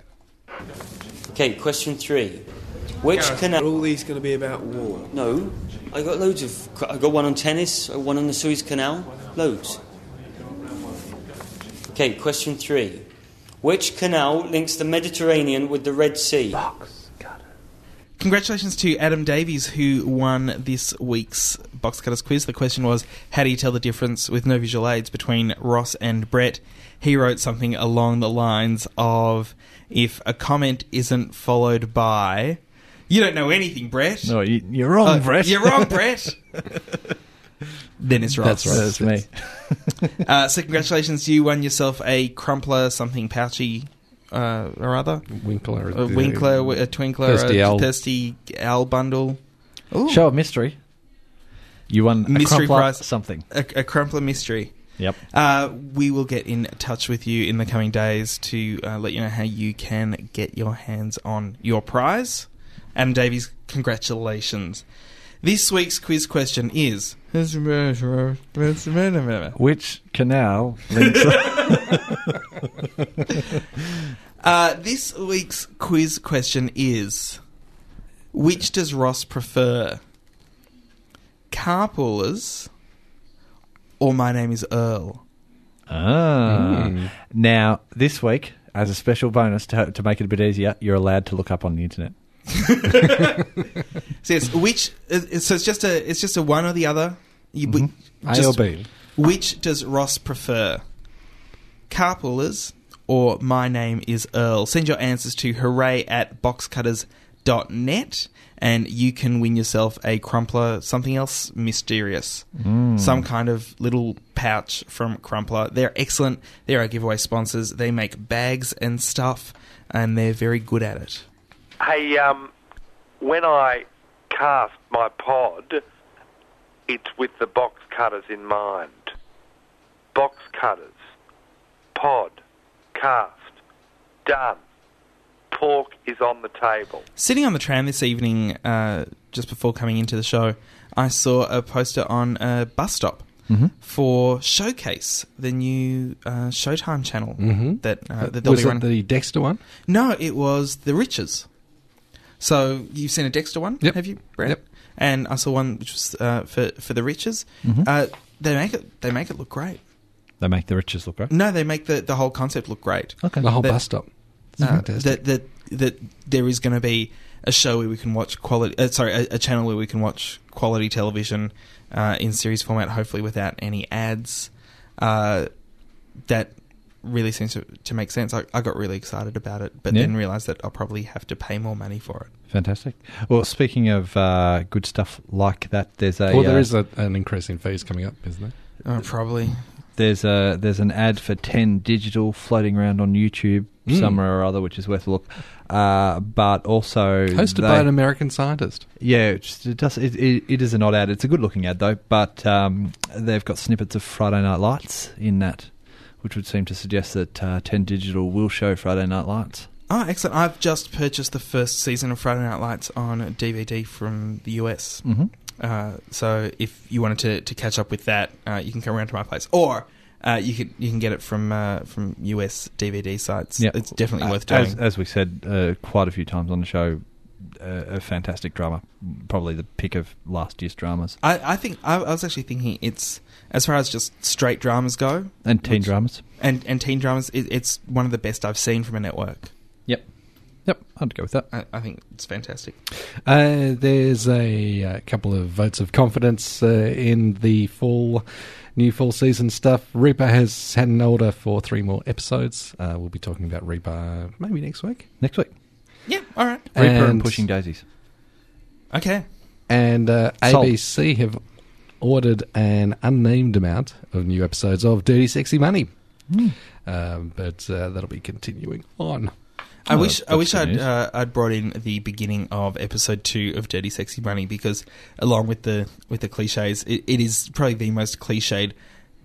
S11: Okay, question three. Which canal?
S12: Are all these going to be about war?
S11: No, I got loads of. I got one on tennis, uh, one on the Suez Canal, loads. Okay, question three. Which canal links the Mediterranean with the Red Sea?
S2: Congratulations to Adam Davies, who won this week's Box Cutters quiz. The question was How do you tell the difference with no visual aids between Ross and Brett? He wrote something along the lines of If a comment isn't followed by, You don't know anything, Brett.
S4: No, you, you're wrong,
S2: Uh,
S4: Brett.
S2: You're wrong, Brett. then it's Ross.
S4: That's, that's me.
S2: uh, so, congratulations, you won yourself a crumpler, something pouchy. Uh, or other
S3: Winkler.
S2: a Uh, Winkler, a Twinkler,
S4: Thirsty
S2: a
S4: Owl.
S2: Thirsty Owl bundle. Ooh.
S4: Show of mystery. You won a
S2: mystery
S4: crumpler
S2: prize
S4: something.
S2: a, a crumpler mystery
S4: Yep.
S2: uh, we will get in touch with you in the coming days to uh, let you know how you can get your hands on your prize adam davies congratulations this week's quiz question is
S4: Which canal links?
S2: uh, this week's quiz question is which does ross prefer carpoolers or my name is earl
S4: ah.
S2: Mm.
S4: Now this week, as a special bonus to, to make it a bit easier, you're allowed to look up on the internet.
S2: So it's which uh, so it's just a it's just a one or the other. You, we-
S3: Mm-hmm. A
S2: just-
S3: or B?
S2: Which does Ross prefer? Carpoolers or My Name is Earl? Send your answers to hooray at boxcutters.net and you can win yourself a crumpler, something else mysterious.
S1: Mm.
S2: Some kind of little pouch from Crumpler. They're excellent. They're our giveaway sponsors. They make bags and stuff and they're very good at it.
S13: Hey, um, when I cast my pod, it's with the box cutters in mind. Box cutters, pod, cast, done. Pork is on the table.
S2: Sitting on the tram this evening, uh, just before coming into the show, I saw a poster on a bus stop
S3: Mhm.
S2: for Showcase, the new uh, Showtime channel
S3: Mhm.
S2: that, uh, that they'll
S3: was
S2: be
S3: it
S2: running.
S3: the Dexter one?
S2: no, it was The Riches. So you've seen a Dexter one, have you, Brad?
S3: Yep.
S2: And I saw one which was uh, for for The Riches.
S3: Mm-hmm.
S4: Mhm.
S2: Uh, they make it they make it look great.
S4: They make the riches look right.
S2: No, they make the, the whole concept look great.
S4: Okay. The whole
S2: That-
S4: bus stop. It's
S2: uh,
S4: fantastic.
S2: That that that there is going to be a show where we can watch quality. Uh, sorry, a, a channel where we can watch quality television uh, in series format, hopefully without any ads. Uh, that really seems to, to make sense. I, I got really excited about it, but
S4: Yeah.
S2: then realised that I'll probably have to pay more money for it.
S4: Fantastic. Well, speaking of uh, good stuff like that, there's a
S3: Well, there
S4: uh,
S3: is a, an increase in fees coming up, isn't there?
S2: Oh, probably.
S4: there's a there's an ad for Ten Digital floating around on YouTube
S3: Mm.
S4: somewhere or other, which is worth a look. Uh, but also
S3: Hosted
S4: they-
S3: by an American scientist.
S4: yeah, it's just- it does. It, it, it is an odd ad. It's a good looking ad though, but um, they've got snippets of Friday Night Lights in that, which would seem to suggest that uh, Ten Digital will show Friday Night Lights.
S2: Oh, excellent! I've just purchased the first season of Friday Night Lights on DVD from the US.
S4: Mhm.
S2: Uh, so if you wanted to, to catch up with that, uh, you can come around to my place, or uh, you can you can get it from uh, from US DVD sites. it's definitely
S4: Uh,
S2: worth doing.
S4: As, as we said uh, quite a few times on the show, uh, a fantastic drama, probably the pick of last year's dramas
S2: I, I think I, I was actually thinking it's as far as just straight dramas go,
S4: and teen
S2: which-
S4: dramas.
S2: and and teen dramas, it, it's one of the best I've seen from a network.
S4: Yep, yep, I'd go with that.
S2: I, I think it's fantastic.
S3: Uh, there's a, uh couple of votes of confidence uh, in the fall, new fall season stuff. Reaper has had an order for three more episodes. Uh, we'll be talking about Reaper maybe next week.
S4: Next week,
S2: Yeah, all right,
S4: Reaper and,
S3: And-
S4: Pushing Daisies.
S2: okay.
S3: And uh,
S4: Sold.
S3: ABC have ordered an unnamed amount of new episodes of Dirty Sexy Money.
S4: Hmm.
S3: Um, but uh, that'll be continuing on.
S2: I wish I
S3: that's
S2: wish
S3: good
S2: I'd
S3: news.
S2: uh, I'd brought in the beginning of episode two of Dirty Sexy Money because along with the with the cliches, it, it is probably the most cliched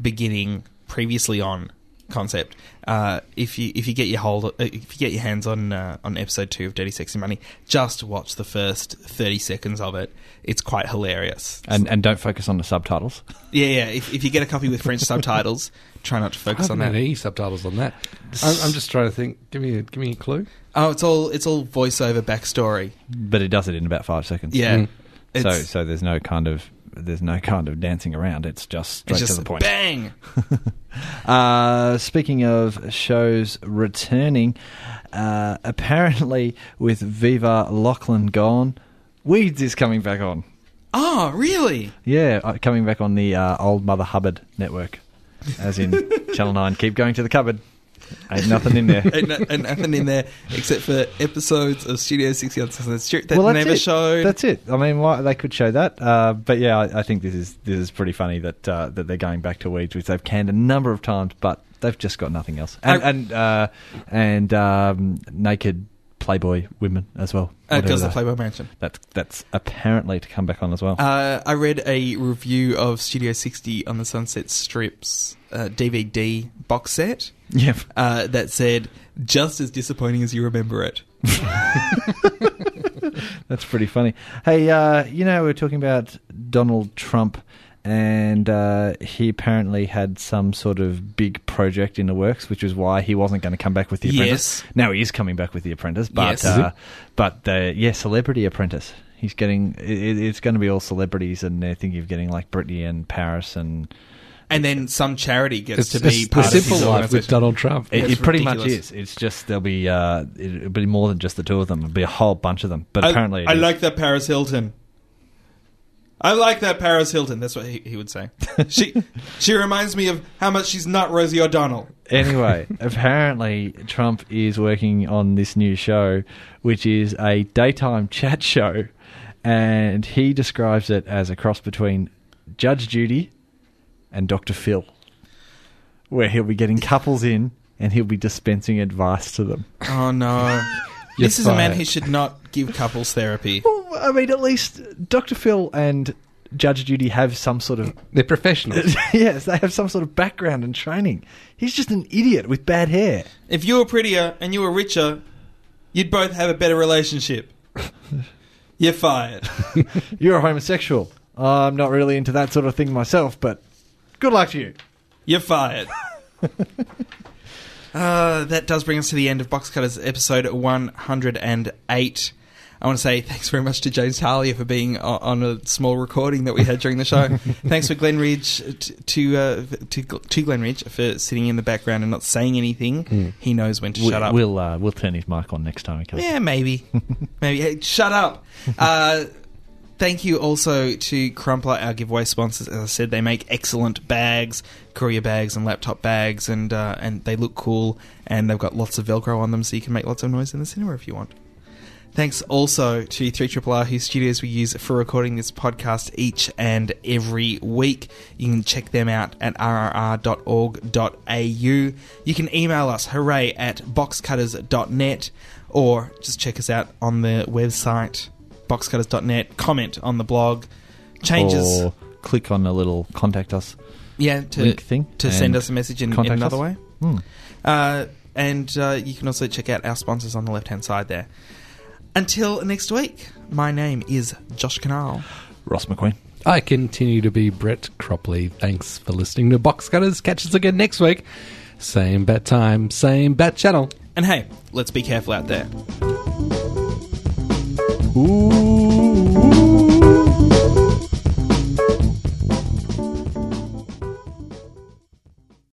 S2: beginning previously on concept. Uh, if you if you get your hold uh, if you get your hands on uh, on episode two of Dirty Sexy Money, just watch the first thirty seconds of it. It's quite hilarious.
S4: And and don't focus on the subtitles.
S2: Yeah, yeah. If, if you get a copy with French subtitles, try not to focus
S3: I
S2: on
S3: haven't
S2: that.
S3: had any subtitles on that. I'm, I'm just trying to think. Give me a, give me a clue.
S2: Oh, it's all it's all voiceover backstory.
S4: But it does it in about five seconds.
S2: Yeah.
S3: Mm-hmm.
S2: Mm.
S4: So
S2: It's-
S4: so there's no kind of there's no kind of dancing around. It's just straight
S2: It's just
S4: to the point.
S2: Bang.
S4: Uh, speaking of shows returning, uh, apparently with Viva Lachlan gone, Weeds is coming back on.
S2: Oh, really?
S4: Yeah, uh, coming back on the uh, old Mother Hubbard network, as in Channel Nine. Keep going to the cupboard. Ain't nothing in there.
S2: and, no- and nothing in there except for episodes of Studio 60 on Sesame Street that
S4: well, that's
S2: never
S4: it.
S2: showed.
S4: That's it. I mean, why, they could show that, uh, but yeah, I, I think this is this is pretty funny that uh, that they're going back to Weeds, which they've canned a number of times, but they've just got nothing else. And and uh, and um, naked Playboy women as well.
S2: Uh,
S4: Whatever
S2: Girls
S4: they-
S2: of Playboy Mansion.
S4: That's that's apparently to come back on as well.
S2: Uh, I read a review of Studio 60 on the Sunset Strip's uh, DVD box set.
S4: Yep.
S2: Uh, that said, just as disappointing as you remember it.
S4: That's pretty funny. Hey, uh, you know, we are talking about Donald Trump, and uh, he apparently had some sort of big project in the works, which is why he wasn't going to come back with The Apprentice.
S2: Yes.
S4: Now he is coming back with The Apprentice, but
S2: Yes.
S4: uh, but the yeah, Celebrity Apprentice. He's getting it, it's going to be all celebrities, and they're thinking of getting like Britney and Paris and.
S2: And then some charity gets
S4: It's
S2: to
S4: just
S2: be
S4: the
S2: part of his
S4: simple life with
S2: organisation.
S3: Donald Trump.
S4: It,
S2: That's
S4: it pretty much
S2: ridiculous.
S4: is. It's just there'll be uh, it, it'll be more than just the two of them. It'll be a whole bunch of them. But
S2: I-
S4: apparently, it
S2: I
S4: is.
S2: like that Paris Hilton. I like that Paris Hilton. That's what he, he would say. she she reminds me of how much she's not Rosie O'Donnell.
S4: Anyway, apparently Trump is working on this new show, which is a daytime chat show, and he describes it as a cross between Judge Judy and Dr. Phil, where he'll be getting couples in and he'll be dispensing advice to them.
S2: Oh no.
S4: You're
S2: this is a man
S4: fired.
S2: who should not give couples therapy.
S4: Well, I mean, at least Dr. Phil and Judge Judy have some sort of
S3: they're professionals.
S4: yes, they have some sort of background and training. He's just an idiot with bad hair.
S2: If you were prettier and you were richer, you'd both have a better relationship. You're fired.
S4: You're a homosexual. I'm not really into that sort of thing myself, but good luck to you.
S2: You're fired. uh, that does bring us to the end of Box Cutters episode 108. I want to say thanks very much to James Harley for being o- on a small recording that we had during the show. thanks for Glenridge t- to uh, to Gl- to Glenridge for sitting in the background and not saying anything.
S4: Mm.
S2: He knows when to
S4: We,
S2: shut up.
S4: We'll uh, we'll turn his mic on next time. Okay?
S2: Yeah, maybe. maybe. Hey, shut up. Uh, thank you also to Crumpler, our giveaway sponsors. As I said, they make excellent bags, courier bags, and laptop bags, and uh, and they look cool. And they've got lots of Velcro on them, so you can make lots of noise in the cinema if you want. Thanks also to 3RR, whose studios we use for recording this podcast each and every week. You can check them out at rrr.org.au. You can email us, hooray, at boxcutters.net, or just check us out on the website, boxcutters.net. Comment on the blog. Changes.
S4: Or click on the little contact us.
S2: Yeah, to,
S4: link thing
S2: to send
S4: and
S2: us a message in, in
S4: contact
S2: another
S4: us.
S2: way.
S4: Hmm.
S2: Uh, and uh, you can also check out our sponsors on the left hand side there. Until next week, my name is Josh Canal.
S4: Ross McQueen.
S3: I continue to be Brett Cropley. Thanks for listening to Box Cutters. Catch us again next week. Same bat time, same bat channel.
S2: And hey, let's be careful out there.
S3: Ooh.